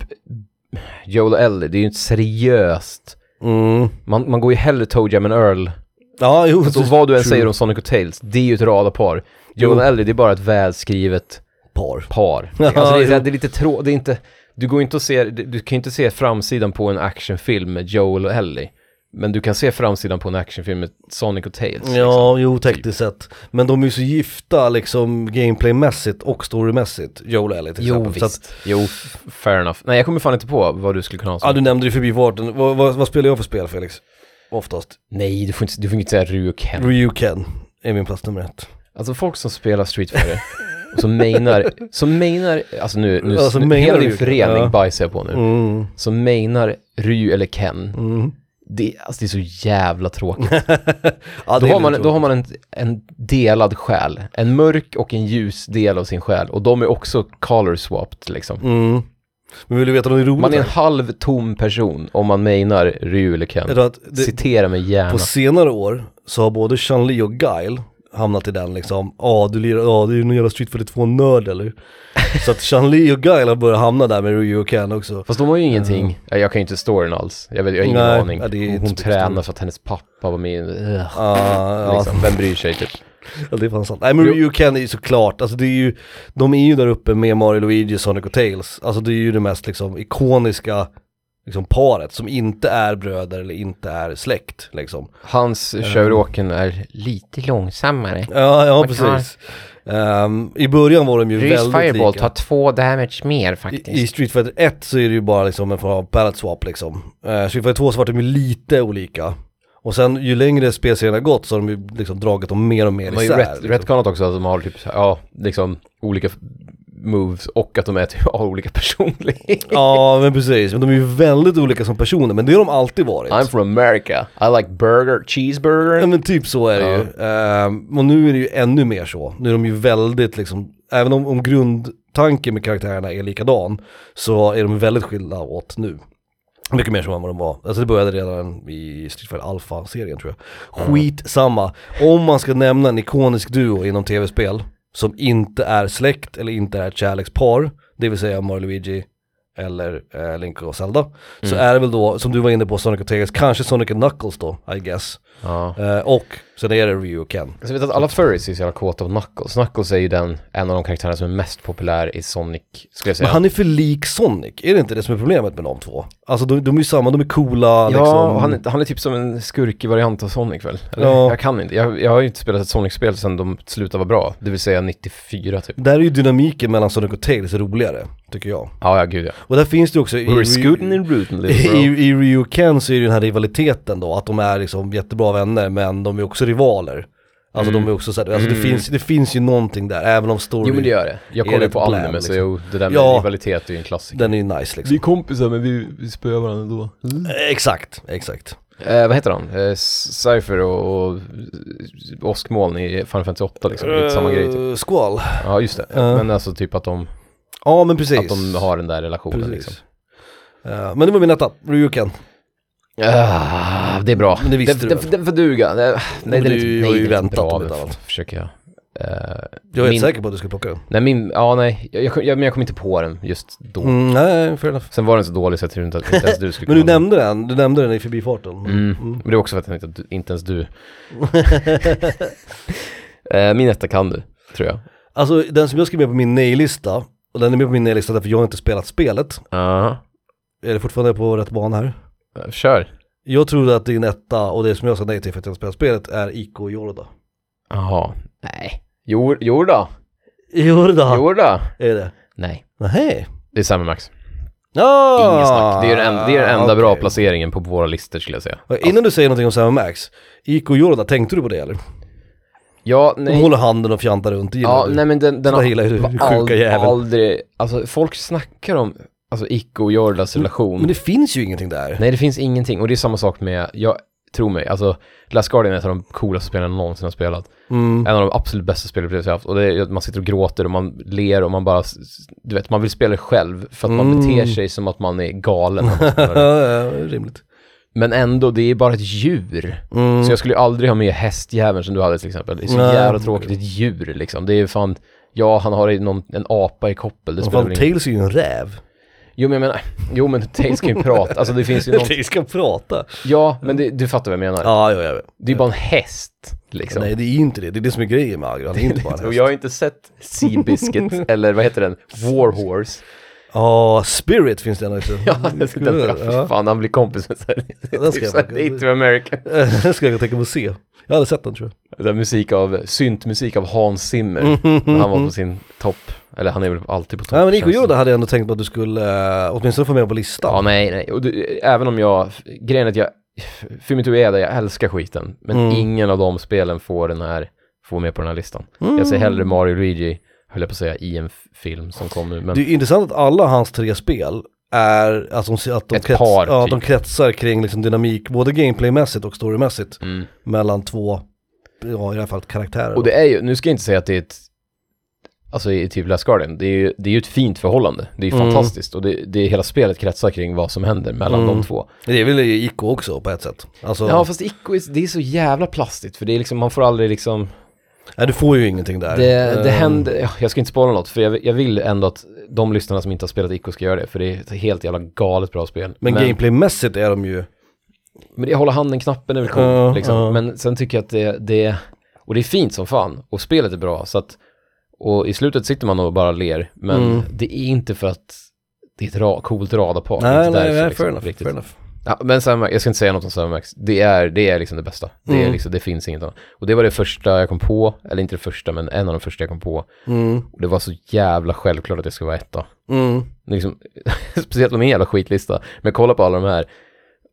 B: Joel och Ellie, det är ju inte seriöst.
A: Mm.
B: Man, man går ju hellre Toe Jam and Earl.
A: Ja, jo.
B: Så Alltså, vad du än
A: true.
B: säger om Sonic och Tails, det är ju ett radarpar.
A: Jo.
B: Joel och Ellie, det är bara ett välskrivet
A: Par.
B: par.
A: Ja,
B: Alltså det, är, så här,
A: jo.
B: det är lite trå, det är inte, du går inte och ser, du, du kan ju inte se framsidan på en actionfilm med Joel och Ellie. Men du kan se framsidan på en actionfilm med Sonic och Tails. liksom.
A: Ja, jo tekniskt sett. Men de är ju så gifta liksom gameplaymässigt och storymässigt, Joel och Ellie till
B: Jo,
A: exempel.
B: visst. Jo, f- fair enough. Nej, jag kommer fan inte på vad du skulle kunna ha som...
A: ja, du nämnde ju förbifarten. Vad, vad, vad spelar jag för spel Felix? Oftast.
B: Nej, du får inte, du får inte säga Ryu och Ken.
A: Ryu Ken är min plats nummer ett.
B: Alltså folk som spelar Street Fighter <laughs> och som mainar, som mainar, alltså nu, nu
A: Alltså,
B: nu-
A: mainar
B: hela
A: Ryu
B: din
A: och Ken,
B: förening
A: ja.
B: bajsar jag på nu,
A: Mm.
B: som mainar Ryu eller Ken,
A: Mm. <laughs>
B: det, alltså, det är så jävla tråkigt.
A: Ja,
B: Då
A: det är
B: har man,
A: lite
B: då har man en, en delad själ, en mörk och en ljus del av sin själ och de är också color swapped liksom.
A: tråkigt. Mm. Men vill du veta något roligt?
B: Man är en
A: här?
B: halv tom person om man menar Ryu eller Ken.
A: Jag tror att det,
B: Citera mig gärna.
A: på senare år så har både Chan Li och Guile hamnat i den liksom, ja ah, du lirar, ah, du är någon jävla Street 42-nörd
B: <laughs>
A: eller? så att Chan Li och Guile har börjat hamna där med Ryu och Ken också.
B: Fast de har ju ingenting, ja, jag kan ju inte storyn alls. Jag, vet, jag har ingen
A: Nej,
B: aning.
A: ja, det är
B: hon
A: inte
B: hon
A: så mycket
B: tränar
A: story.
B: för att hennes pappa var med Ugh,
A: Ah, ja,
B: liksom. Vem bryr sig typ?
A: Ja det är fan sant. Nej men
B: Jo.
A: Ryu och Ken är ju såklart, alltså det är ju, de är ju där uppe med Mario, Luigi, Sonic och Tails. Alltså det är ju det mest liksom ikoniska liksom, paret som inte är bröder eller inte är släkt liksom.
B: Hans köråken är lite långsammare.
A: Ja, ja
B: Man
A: precis. Ehm, I början var de ju
B: Rys
A: väldigt
B: Fireball
A: lika.
B: tar två damage mer faktiskt.
A: I, I Street Fighter 1 så är det ju bara liksom en form av palette swap liksom. Eh, Street Fighter 2 så var de ju lite olika. Och sen ju längre spelserien har gått så har de ju liksom dragit dem mer och mer
B: de har ju
A: isär.
B: rätt,
A: liksom.
B: retconat också att de har typ, så här, ja, liksom olika f- moves och att de är typ, <laughs> har olika personlighet.
A: Ja men precis, men de är ju väldigt olika som personer men det har de alltid varit.
B: I'm from America, I like burger, cheeseburger.
A: Ja men typ så är det
B: Ja.
A: ju. Ehm, och nu är det ju ännu mer så. Nu är de ju väldigt liksom, även om, om grundtanken med karaktärerna är likadan så är de väldigt skilda åt nu. Mycket mer så än vad de var. Alltså det började redan i Street Fighter Alpha-serien tror jag. Skitsamma. Om man ska nämna en ikonisk duo inom tv-spel som inte är släkt eller inte är ett kärlekspar, det vill säga Mario Luigi eller eh, Link och Zelda, så är det väl då, som du var inne på, Sonic och Tails, kanske Sonic and Knuckles då, I guess.
B: Ja.
A: Eh, och sen är det Ryu och Ken.
B: Alltså, jag vet att alla furries är så jävla kåta av Knuckles. Knuckles är ju den, en av de karaktärerna som är mest populär i Sonic, skulle jag säga.
A: Men han är för lik Sonic, är det inte det som är problemet med de två? Alltså de, de är ju samma, de är coola
B: Ja,
A: liksom.
B: han, är, han är typ som en skurkig variant av Sonic väl? Eller?
A: Ja.
B: Jag kan inte, jag, jag har ju inte spelat ett Sonic-spel sedan de slutade vara bra, det vill säga 94 typ.
A: Där är ju dynamiken mellan Sonic och Tails roligare, tycker jag.
B: Ja, ja gud ja.
A: Och där finns det ju också i,
B: We're
A: Ryu-
B: scooting and rooting <laughs> little
A: <laughs> i,
B: bro.
A: i Ryu och Ken så är det ju den här rivaliteten då, att de är liksom jättebra vänner men de är också rivaler. Alltså
B: Mm.
A: de är också såhär, alltså det,
B: Mm.
A: finns, det finns ju någonting där, även om story,
B: Jo men det gör det. Jag
A: Är
B: kollar ju
A: det
B: på
A: bland,
B: anime så
A: liksom?
B: jo, det där med
A: Ja.
B: rivalitet är ju en klassiker.
A: den är ju nice liksom.
B: kompisar men vi, vi spöar varandra då.
A: Exakt, exakt.
B: Eh, vad heter han? Eh, Cypher och, och åskmoln i Final Fantasy 8 liksom, det är lite samma grej typ.
A: Eh, Skål.
B: Ja just det.
A: Ja.
B: Men alltså typ att de,
A: Ja men precis.
B: att de har den där relationen
A: Precis.
B: liksom.
A: Eh, men det var min etta, Ryu och Ken.
B: Ah, det är bra.
A: Men det visste
B: den,
A: du
B: den,
A: väl?
B: den får duga. Nej,
A: men
B: den är
A: du
B: inte-
A: har ju
B: nej, den är inte
A: väntat
B: bra,
A: om
B: men
A: ett annat.
B: f- försöker jag. Eh,
A: Jag är
B: min,
A: helt säker på att du ska plocka den.
B: Nej, min, ja nej, jag, jag, kom- jag, men jag kom inte på den just då.
A: Mm, nej, fair enough.
B: Sen var den så dålig så jag tror inte att inte ens du skulle
A: Men du
B: kunna-
A: nämnde den, du nämnde den i förbifarten.
B: Mm.
A: Mm. <laughs>
B: Men det är också för att jag tänkte att du, inte ens du. Eh, min etta kan du, tror jag.
A: Alltså den som jag skrev med på min nej-lista, och den är med på min nej-lista därför jag har inte spelat spelet. Är det fortfarande på rätt bana här?
B: Eh, Kör.
A: Jag trodde att din etta, och det som jag sa nej till för att jag inte spelat spelet, är Iko Jorda.
B: Jaha. Nej. Jo, jo då.
A: Jorda?
B: Jo då.
A: Är det?
B: Nej.
A: Nej.
B: Det är samma Max.
A: Ah,
B: Ingen snack. Det är den enda, det är den enda bra
A: okej.
B: placeringen på våra listor skulle jag säga.
A: Innan du säger någonting om Sam Max, Iko Jorda, tänkte du på det eller?
B: Ja,
A: Hon
B: nej.
A: håller handen och fjantar runt, det gillar
B: Ja,
A: du.
B: nej men den, den
A: Sådär gillar ju du,
B: var
A: sjuka jävel.
B: aldrig, alltså folk snackar om, alltså Icke och Jordas relation.
A: Mm, Men det finns ju ingenting där.
B: Nej, det finns ingenting. Och det är samma sak med, jag tror mig, alltså Last Guardian är ett av de coolaste spelen jag någonsin har spelat.
A: Mm.
B: En av de absolut bästa spelupplevelser jag haft. Och det är, att man sitter och gråter och man ler och man bara, s- s- du vet, man vill spela det själv för att man
A: Mm.
B: beter sig som att man är galen. när man spelar det.
A: Ja, ja, rimligt.
B: Men ändå, det är bara ett djur.
A: Mm.
B: Så jag skulle ju aldrig ha med hästjäveln som du hade till exempel. Det är så
A: Nej.
B: jävla tråkigt, ett djur liksom. Det är ju fan, ja han har ju någon, en apa i koppel. Det
A: Vad
B: spelar
A: Fan,
B: väl ingen...
A: Tails är ju en räv.
B: Jo men jag menar, jo men Tails kan ju prata. Alltså det finns ju
A: <laughs>
B: någon...
A: Tails kan prata.
B: Ja, men det, du fattar vad jag menar.
A: Ja, ja, jag vet.
B: Det är bara en häst liksom.
A: Nej, det är inte det. Det är det som är grejen med Agro. Han är inte
B: <laughs>
A: bara en
B: Och
A: häst.
B: jag har inte sett
A: <laughs>
B: Seabiscuit, eller vad heter den? Warhorse.
A: Ja, Spirit finns det en också.
B: <laughs> Ja, den ska den dra. Fy
A: Ja.
B: Fan, han blir kompis med såhär,
A: den ska
B: typ
A: jag
B: såhär
A: plocka.
B: native american.
A: <laughs> Den ska jag tänka på att se. Jag hade sett den tror jag.
B: Den där musik av, syntmusik av Hans Zimmer.
A: Mm,
B: När han var på sin topp, eller han är väl alltid på topp.
A: Nej men Nico
B: känns det.
A: Jorda hade jag ändå tänkt på att du skulle eh, åtminstone få med på listan.
B: Ja, nej, nej. Och du, även om jag, grejen är att jag, för mitt är det, jag älskar skiten. Men
A: Mm.
B: ingen av de spelen får den här, får med på den här listan. Jag ser
A: Mm.
B: hellre Mario och Luigi, höll jag på att säga, i en f- film som kom nu. Men
A: Det är ju intressant att alla hans tre spel är, alltså de- att de,
B: Ett par,
A: ja,
B: typ.
A: de kretsar kring liksom dynamik, både gameplaymässigt och storymässigt,
B: Mm.
A: mellan två, ja i det här fallet karaktärer.
B: Och det är ju, nu ska jag inte säga att det är ett alltså i typ Last Guardian, det är ju, det är ju ett fint förhållande. Det är ju
A: Mm.
B: fantastiskt och det, det är hela spelet kretsar kring vad som händer mellan
A: Mm.
B: de två.
A: Det är väl Iko också på ett sätt. Alltså,
B: Ja, fast Ico, är- det är så jävla plastigt för det är liksom, man får aldrig liksom,
A: nej, du får ju ingenting där.
B: det, det
A: Eh,
B: händer, ja, jag ska inte spoila något för jag, jag vill ändå att de lyssnarna som inte har spelat Ico ska göra det för det är ett helt jävla galet bra spel.
A: Men, gameplaymässigt är de ju...
B: Men det hålla handen-knappen är väl cool,
A: Ja,
B: liksom.
A: ja.
B: Men sen tycker jag att det, det, och det är fint som fan, och spelet är bra, så att, och i slutet sitter man och bara ler, men
A: Mm.
B: det är inte för att det är ett ra, coolt radarpar. Det är
A: Nej, nej,
B: inte
A: nej,
B: därför, liksom,
A: fair enough.
B: riktigt.
A: Fair enough.
B: Ja, men Sam, jag ska inte säga något om Sam Max. Det är, det är liksom det bästa. Det, är
A: Mm.
B: liksom, det finns inget annat. Och det var det första jag kom på, eller inte det första, men en av de första jag kom på.
A: Mm,
B: Och det var så jävla självklart att det skulle vara etta.
A: mm.
B: Liksom, <laughs> speciellt med min jävla skitlista. Men kolla på alla de här.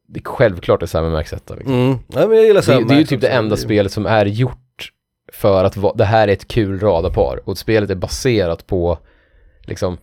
B: Det är självklart att Sam Max etta. Liksom.
A: Mm. Nej, men jag gillar
B: Det,
A: Sam
B: det är ju
A: Max
B: typ det
A: också.
B: enda spelet som är gjort för att va, det här är ett kul radarpar. Och spelet är baserat på, liksom,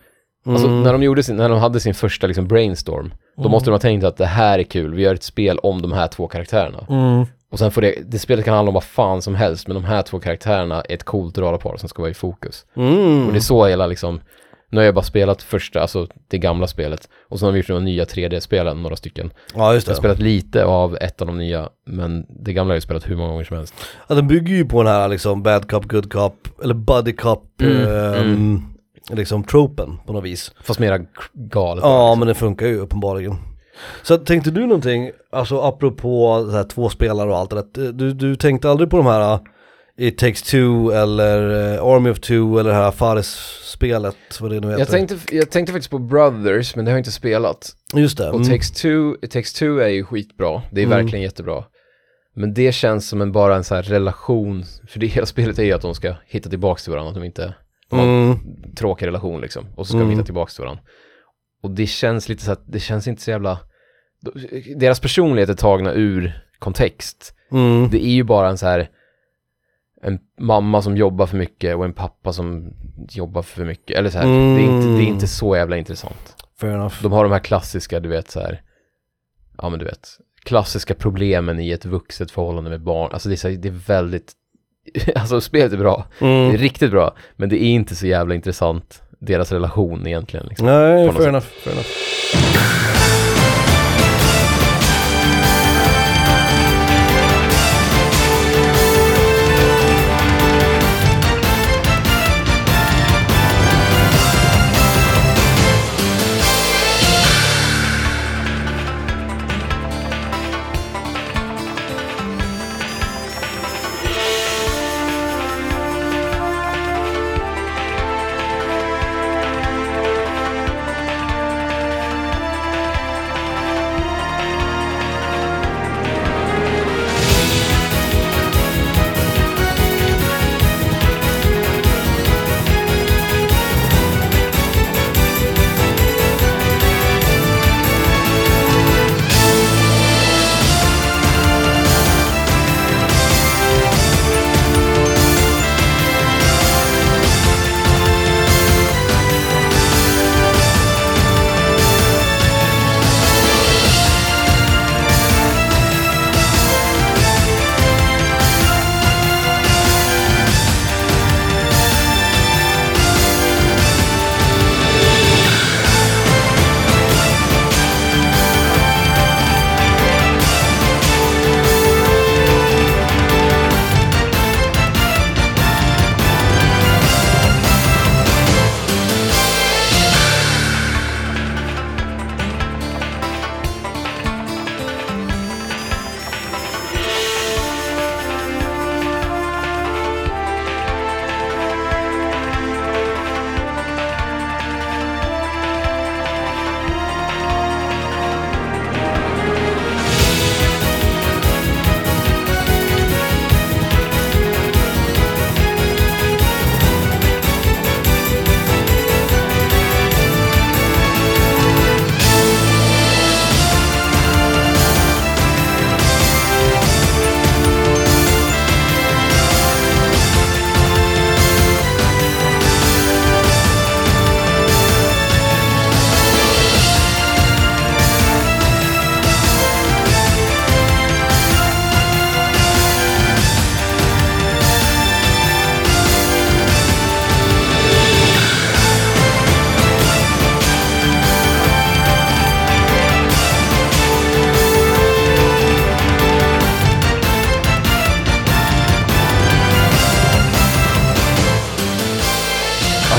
B: alltså
A: Mm.
B: när de, gjorde sin, när de hade sin första liksom, brainstorm, då måste de ha tänkt att det här är kul, vi gör ett spel om de här två karaktärerna.
A: Mm.
B: Och sen får det, det spelet kan handla om vad fan som helst, men de här två karaktärerna är ett coolt radarpar som ska vara i fokus.
A: Mm.
B: Och det är så hela liksom, nu har jag bara spelat första, alltså det gamla spelet, och sen har vi gjort några nya 3D-spelen, några stycken.
A: Ja, just
B: Jag har
A: det.
B: spelat lite av ett av de nya, men det gamla har jag ju spelat hur många gånger som helst.
A: Ja, den bygger ju på den här liksom bad cop, good cop, eller buddy cop,
B: Mm,
A: ehm, liksom tropen på något vis.
B: Fast mera g- galet.
A: Ja, men den funkar ju uppenbarligen. Så tänkte du någonting, alltså apropå så här, två spelare och allt det där, du, du tänkte aldrig på de här eh, It takes two eller eh, Army of two eller det här Fares-spelet, vad det nu heter.
B: jag, tänkte, jag tänkte faktiskt på Brothers, men det har jag inte spelat.
A: Just det.
B: Och Text 2 Text 2 är ju skitbra, det är
A: Mm.
B: verkligen jättebra. Men det känns som en, bara en så här relation, för det hela <laughs> spelet är ju att de ska hitta tillbaka till varandra, att de inte,
A: mm.
B: tråkig relation liksom, och så ska de
A: Mm.
B: hitta tillbaka till varandra. Och det känns lite så att, det känns inte så jävla, deras personlighet är tagna ur kontext.
A: Mm.
B: Det är ju bara en så här en mamma som jobbar för mycket och en pappa som jobbar för mycket. Eller så här, det, är inte, det är inte så jävla intressant.
A: Fair enough.
B: De har de här klassiska, du vet så här, ja men du vet, klassiska problemen i ett vuxet förhållande med barn. Alltså det är, så här, det är väldigt, <laughs> alltså spelet är bra, det är
A: Mm.
B: riktigt bra, men det är inte så jävla intressant, deras relation egentligen. Liksom.
A: Nej,
B: på något
A: fair
B: sätt.
A: enough, fair enough.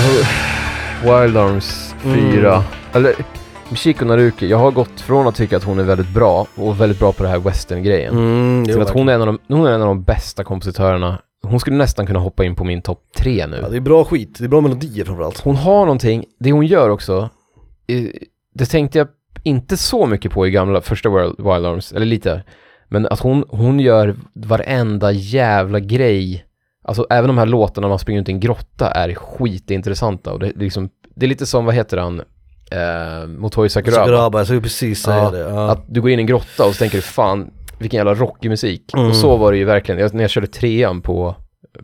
B: Mm. Wild Arms 4.
A: Mm.
B: Eller Michiko Naruki, jag har gått från att tycka att hon är väldigt bra och väldigt bra på det här western-grejen.
A: Mm,
B: Till
A: jo,
B: att hon är, en av de, hon är en av de bästa kompositörerna. Hon skulle nästan kunna hoppa in på min topp tre nu.
A: Ja, det är bra skit, det är bra melodier framförallt.
B: Hon har någonting, det hon gör också, eh, det tänkte jag inte så mycket på i gamla första World, Wild Arms, eller lite, men att hon, hon gör varenda jävla grej, alltså även de här låtarna man springer runt i en grotta är skitintressanta och det, det, är liksom, det är lite som, vad heter han, eh, Motoi Sakuraba,
A: Sakuraba, Alltså, jag skulle precis säga
B: Ja,
A: det. Ja.
B: att du går in i en grotta och så tänker du fan, vilken jävla rockig musik.
A: Mm.
B: Och så var det ju verkligen, jag, när jag körde trean på,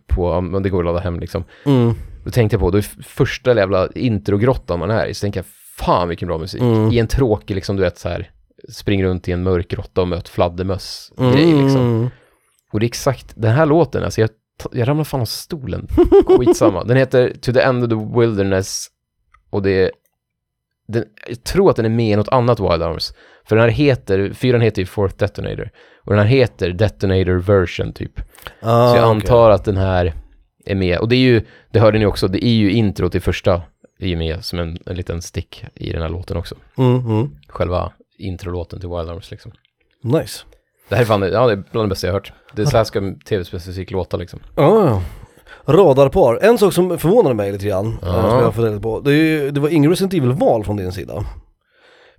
B: på, ja, men det går att ladda hem liksom,
A: mm.
B: då tänkte jag på, då är f- första jävla introgrottan man är i, så tänker jag fan vilken bra musik.
A: Mm.
B: I en tråkig liksom, du vet så här, spring runt i en mörk grotta och möt fladdermöss grej
A: Mm.
B: liksom. Och det är exakt den här låten, alltså jag, ta- jag ramlade fan av stolen. Skitsamma. Den heter To the End of the Wilderness och det är, den, jag tror att den är med i något annat Wild Arms. För den här heter, fyran heter ju Fourth Detonator. Och den här heter Detonator Version typ.
A: <laughs> Ah,
B: Så jag
A: okej.
B: antar att den här är med. Och det är ju, det hörde ni också, det är ju intro till första är ju med som en, en liten stick i den här låten också.
A: Mm, mm.
B: Själva introlåten till Wild Arms liksom.
A: Nice.
B: Det här är fan, ja det är bland det bästa jag har hört. Det är så här ska tv-specifik låta liksom.
A: Ja, ja. Radarpar. En sak som förvånade mig lite grann,
B: Ja.
A: eh, som jag har fått reda på, det, är ju, det var ingen Resident Evil-val från din sida.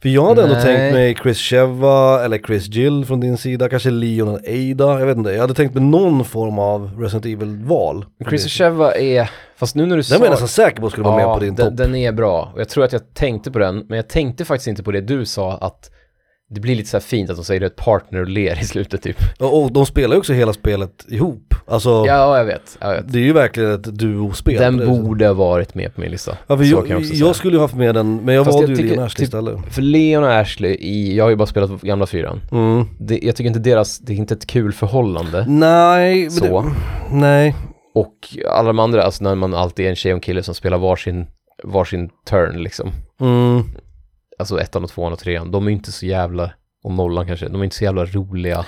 A: För jag hade ändå
B: Nej.
A: tänkt mig Chris Cheva eller Chris Jill från din sida, kanske Leon och Ada, jag vet inte. Jag hade tänkt mig någon form av Resident Evil-val.
B: Chris Sheva är, fast nu när du
A: Den var
B: sa...
A: jag nästan säker på skulle vara med på din
B: den,
A: topp.
B: den är bra. Och jag tror att jag tänkte på den, men jag tänkte faktiskt inte på det du sa att det blir lite så här fint att de säger ett partner och ler i slutet typ.
A: Och, och de spelar ju också hela spelet ihop. Alltså,
B: Ja, jag vet. Jag vet.
A: det är ju verkligen ett duospel.
B: Den
A: på det viset.
B: borde ha varit med på min lista.
A: Ja, för
B: Så
A: jag,
B: kan jag
A: jag,
B: också säga.
A: skulle ju haft med den, men jag
B: Fast
A: valde
B: jag
A: ju
B: tycker-
A: Leon Ashley
B: typ-
A: istället.
B: För Leon och Ashley, i, jag har ju bara spelat gamla fyran.
A: Mm.
B: Det, jag tycker inte deras, det är inte ett kul förhållande.
A: Nej, men
B: Så.
A: det, nej.
B: Och alla de andra, alltså när man alltid är en tjej och en kille som spelar varsin, varsin turn liksom.
A: Mm.
B: Alltså ettan och tvåan och trean, de är inte så jävla, och nollan kanske, de är inte så jävla roliga.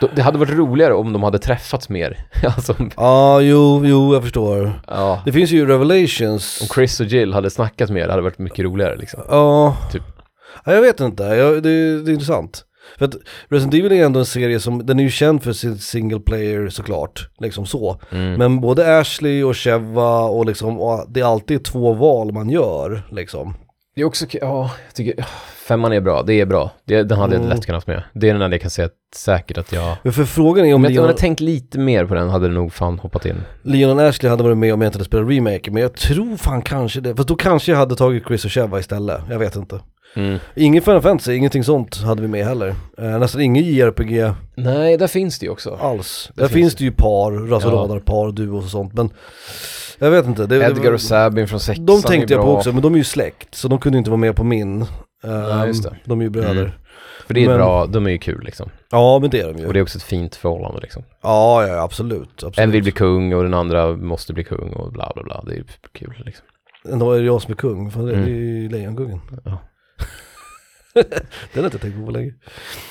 B: De, det hade varit roligare om de hade träffats mer. <laughs> alltså,
A: Ja, jo, jo, jag förstår.
B: ja.
A: Det finns ju Revelations.
B: Om Chris och Jill hade snackat mer, det hade varit mycket roligare liksom.
A: Ja,
B: Typ.
A: ja jag vet inte. Jag, det, det är intressant. För att Resident Evil är ändå en serie som, den är ju känd för sin single player såklart, liksom så.
B: Mm.
A: Men både Ashley och Cheva och liksom, och det är alltid två val man gör liksom.
B: Det är också, ja, jag tycker, ah, femman är bra, det är bra. Det, den hade jag
A: Mm.
B: lätt kunnat haft med. Det är den enda jag kan säga att- säkert att jag...
A: Men För frågan är om
B: Om jag
A: Leon,
B: hade tänkt lite mer på den hade det nog fan hoppat in.
A: Leon och Ashley hade varit med om jag inte hade spelat remake, men jag tror fan kanske det. För då kanske jag hade tagit Chris och Cheva istället, jag vet inte. Ingen Final Fantasy, ingenting sånt hade vi med heller. Eh, nästan ingen JRPG
B: Nej, där finns det ju också.
A: alls.
B: Det
A: Där
B: finns
A: finns det ju par, alltså
B: Ja.
A: radarpar, duos och sånt men jag vet inte. Det,
B: Edgar och Sabin från sexan
A: De
B: är
A: tänkte jag på
B: bra.
A: också men de är ju släkt så de kunde inte vara med på min. Ehm,
B: just det.
A: De är ju bröder.
B: Mm. För det är
A: men-
B: bra, de är ju kul liksom.
A: Ja men det är de ju.
B: Och det är också ett fint förhållande liksom.
A: Ja, ja absolut.
B: En
A: absolut.
B: vill bli kung och den andra måste bli kung och bla bla bla. Det är kul liksom.
A: Ändå är det jag som är kung, för det är
B: Mm.
A: ju Lejonkungen.
B: Ja.
A: <laughs> Den har jag inte tänkt på på länge.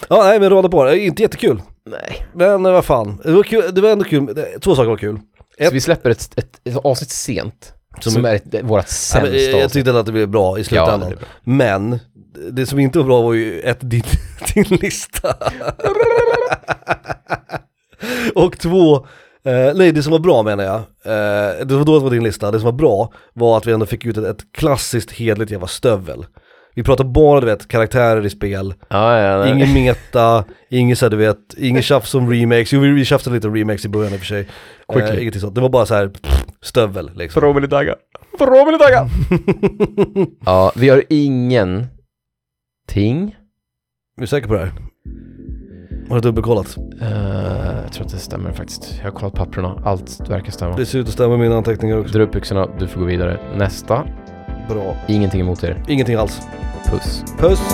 A: Ja nej men radarpar, det är inte jättekul.
B: Nej.
A: Men eh, vad fan, det var, kul, det var ändå kul, Det- två saker var kul.
B: Så vi släpper ett, ett, ett avsnitt sent. Som, är ett, vårt
A: Ja, men,
B: sämsta
A: eh, jag
B: avsnitt.
A: tyckte att det blev bra i
B: Ja,
A: slutändan.
B: det är bra.
A: Men det som inte var bra var ju ett, din, <laughs> din lista. <laughs> och två, eh, nej det som var bra menar jag, eh, det var då det var din lista, det som var bra var att vi ändå fick ut ett, ett klassiskt hedligt jävla stövel. Vi pratar bara du vet karaktärer i spel,
B: ja, ja, nej. <laughs>
A: ingen meta, ingen så här, du vet, ingen tjafs om remakes, jo vi vi tjafsade lite om remakes i början i och för sig.
B: Quickly.
A: Eh, ingenting sånt, det var bara så här pff, stövel liksom.
B: Romil i dagar. För Romil
A: <laughs>
B: i dagar. ja, vi har ingen ting.
A: Är du säker på det här? Har du dubbelkollat?
B: Eh, jag tror att det stämmer faktiskt. Jag har kollat papperna. Allt verkar stämma.
A: Det ser ut att stämma med mina anteckningar också.
B: Dra upp byxorna, du får gå vidare. Nästa.
A: Bra.
B: Ingenting emot er.
A: Ingenting alls.
B: Puss.
A: Puss!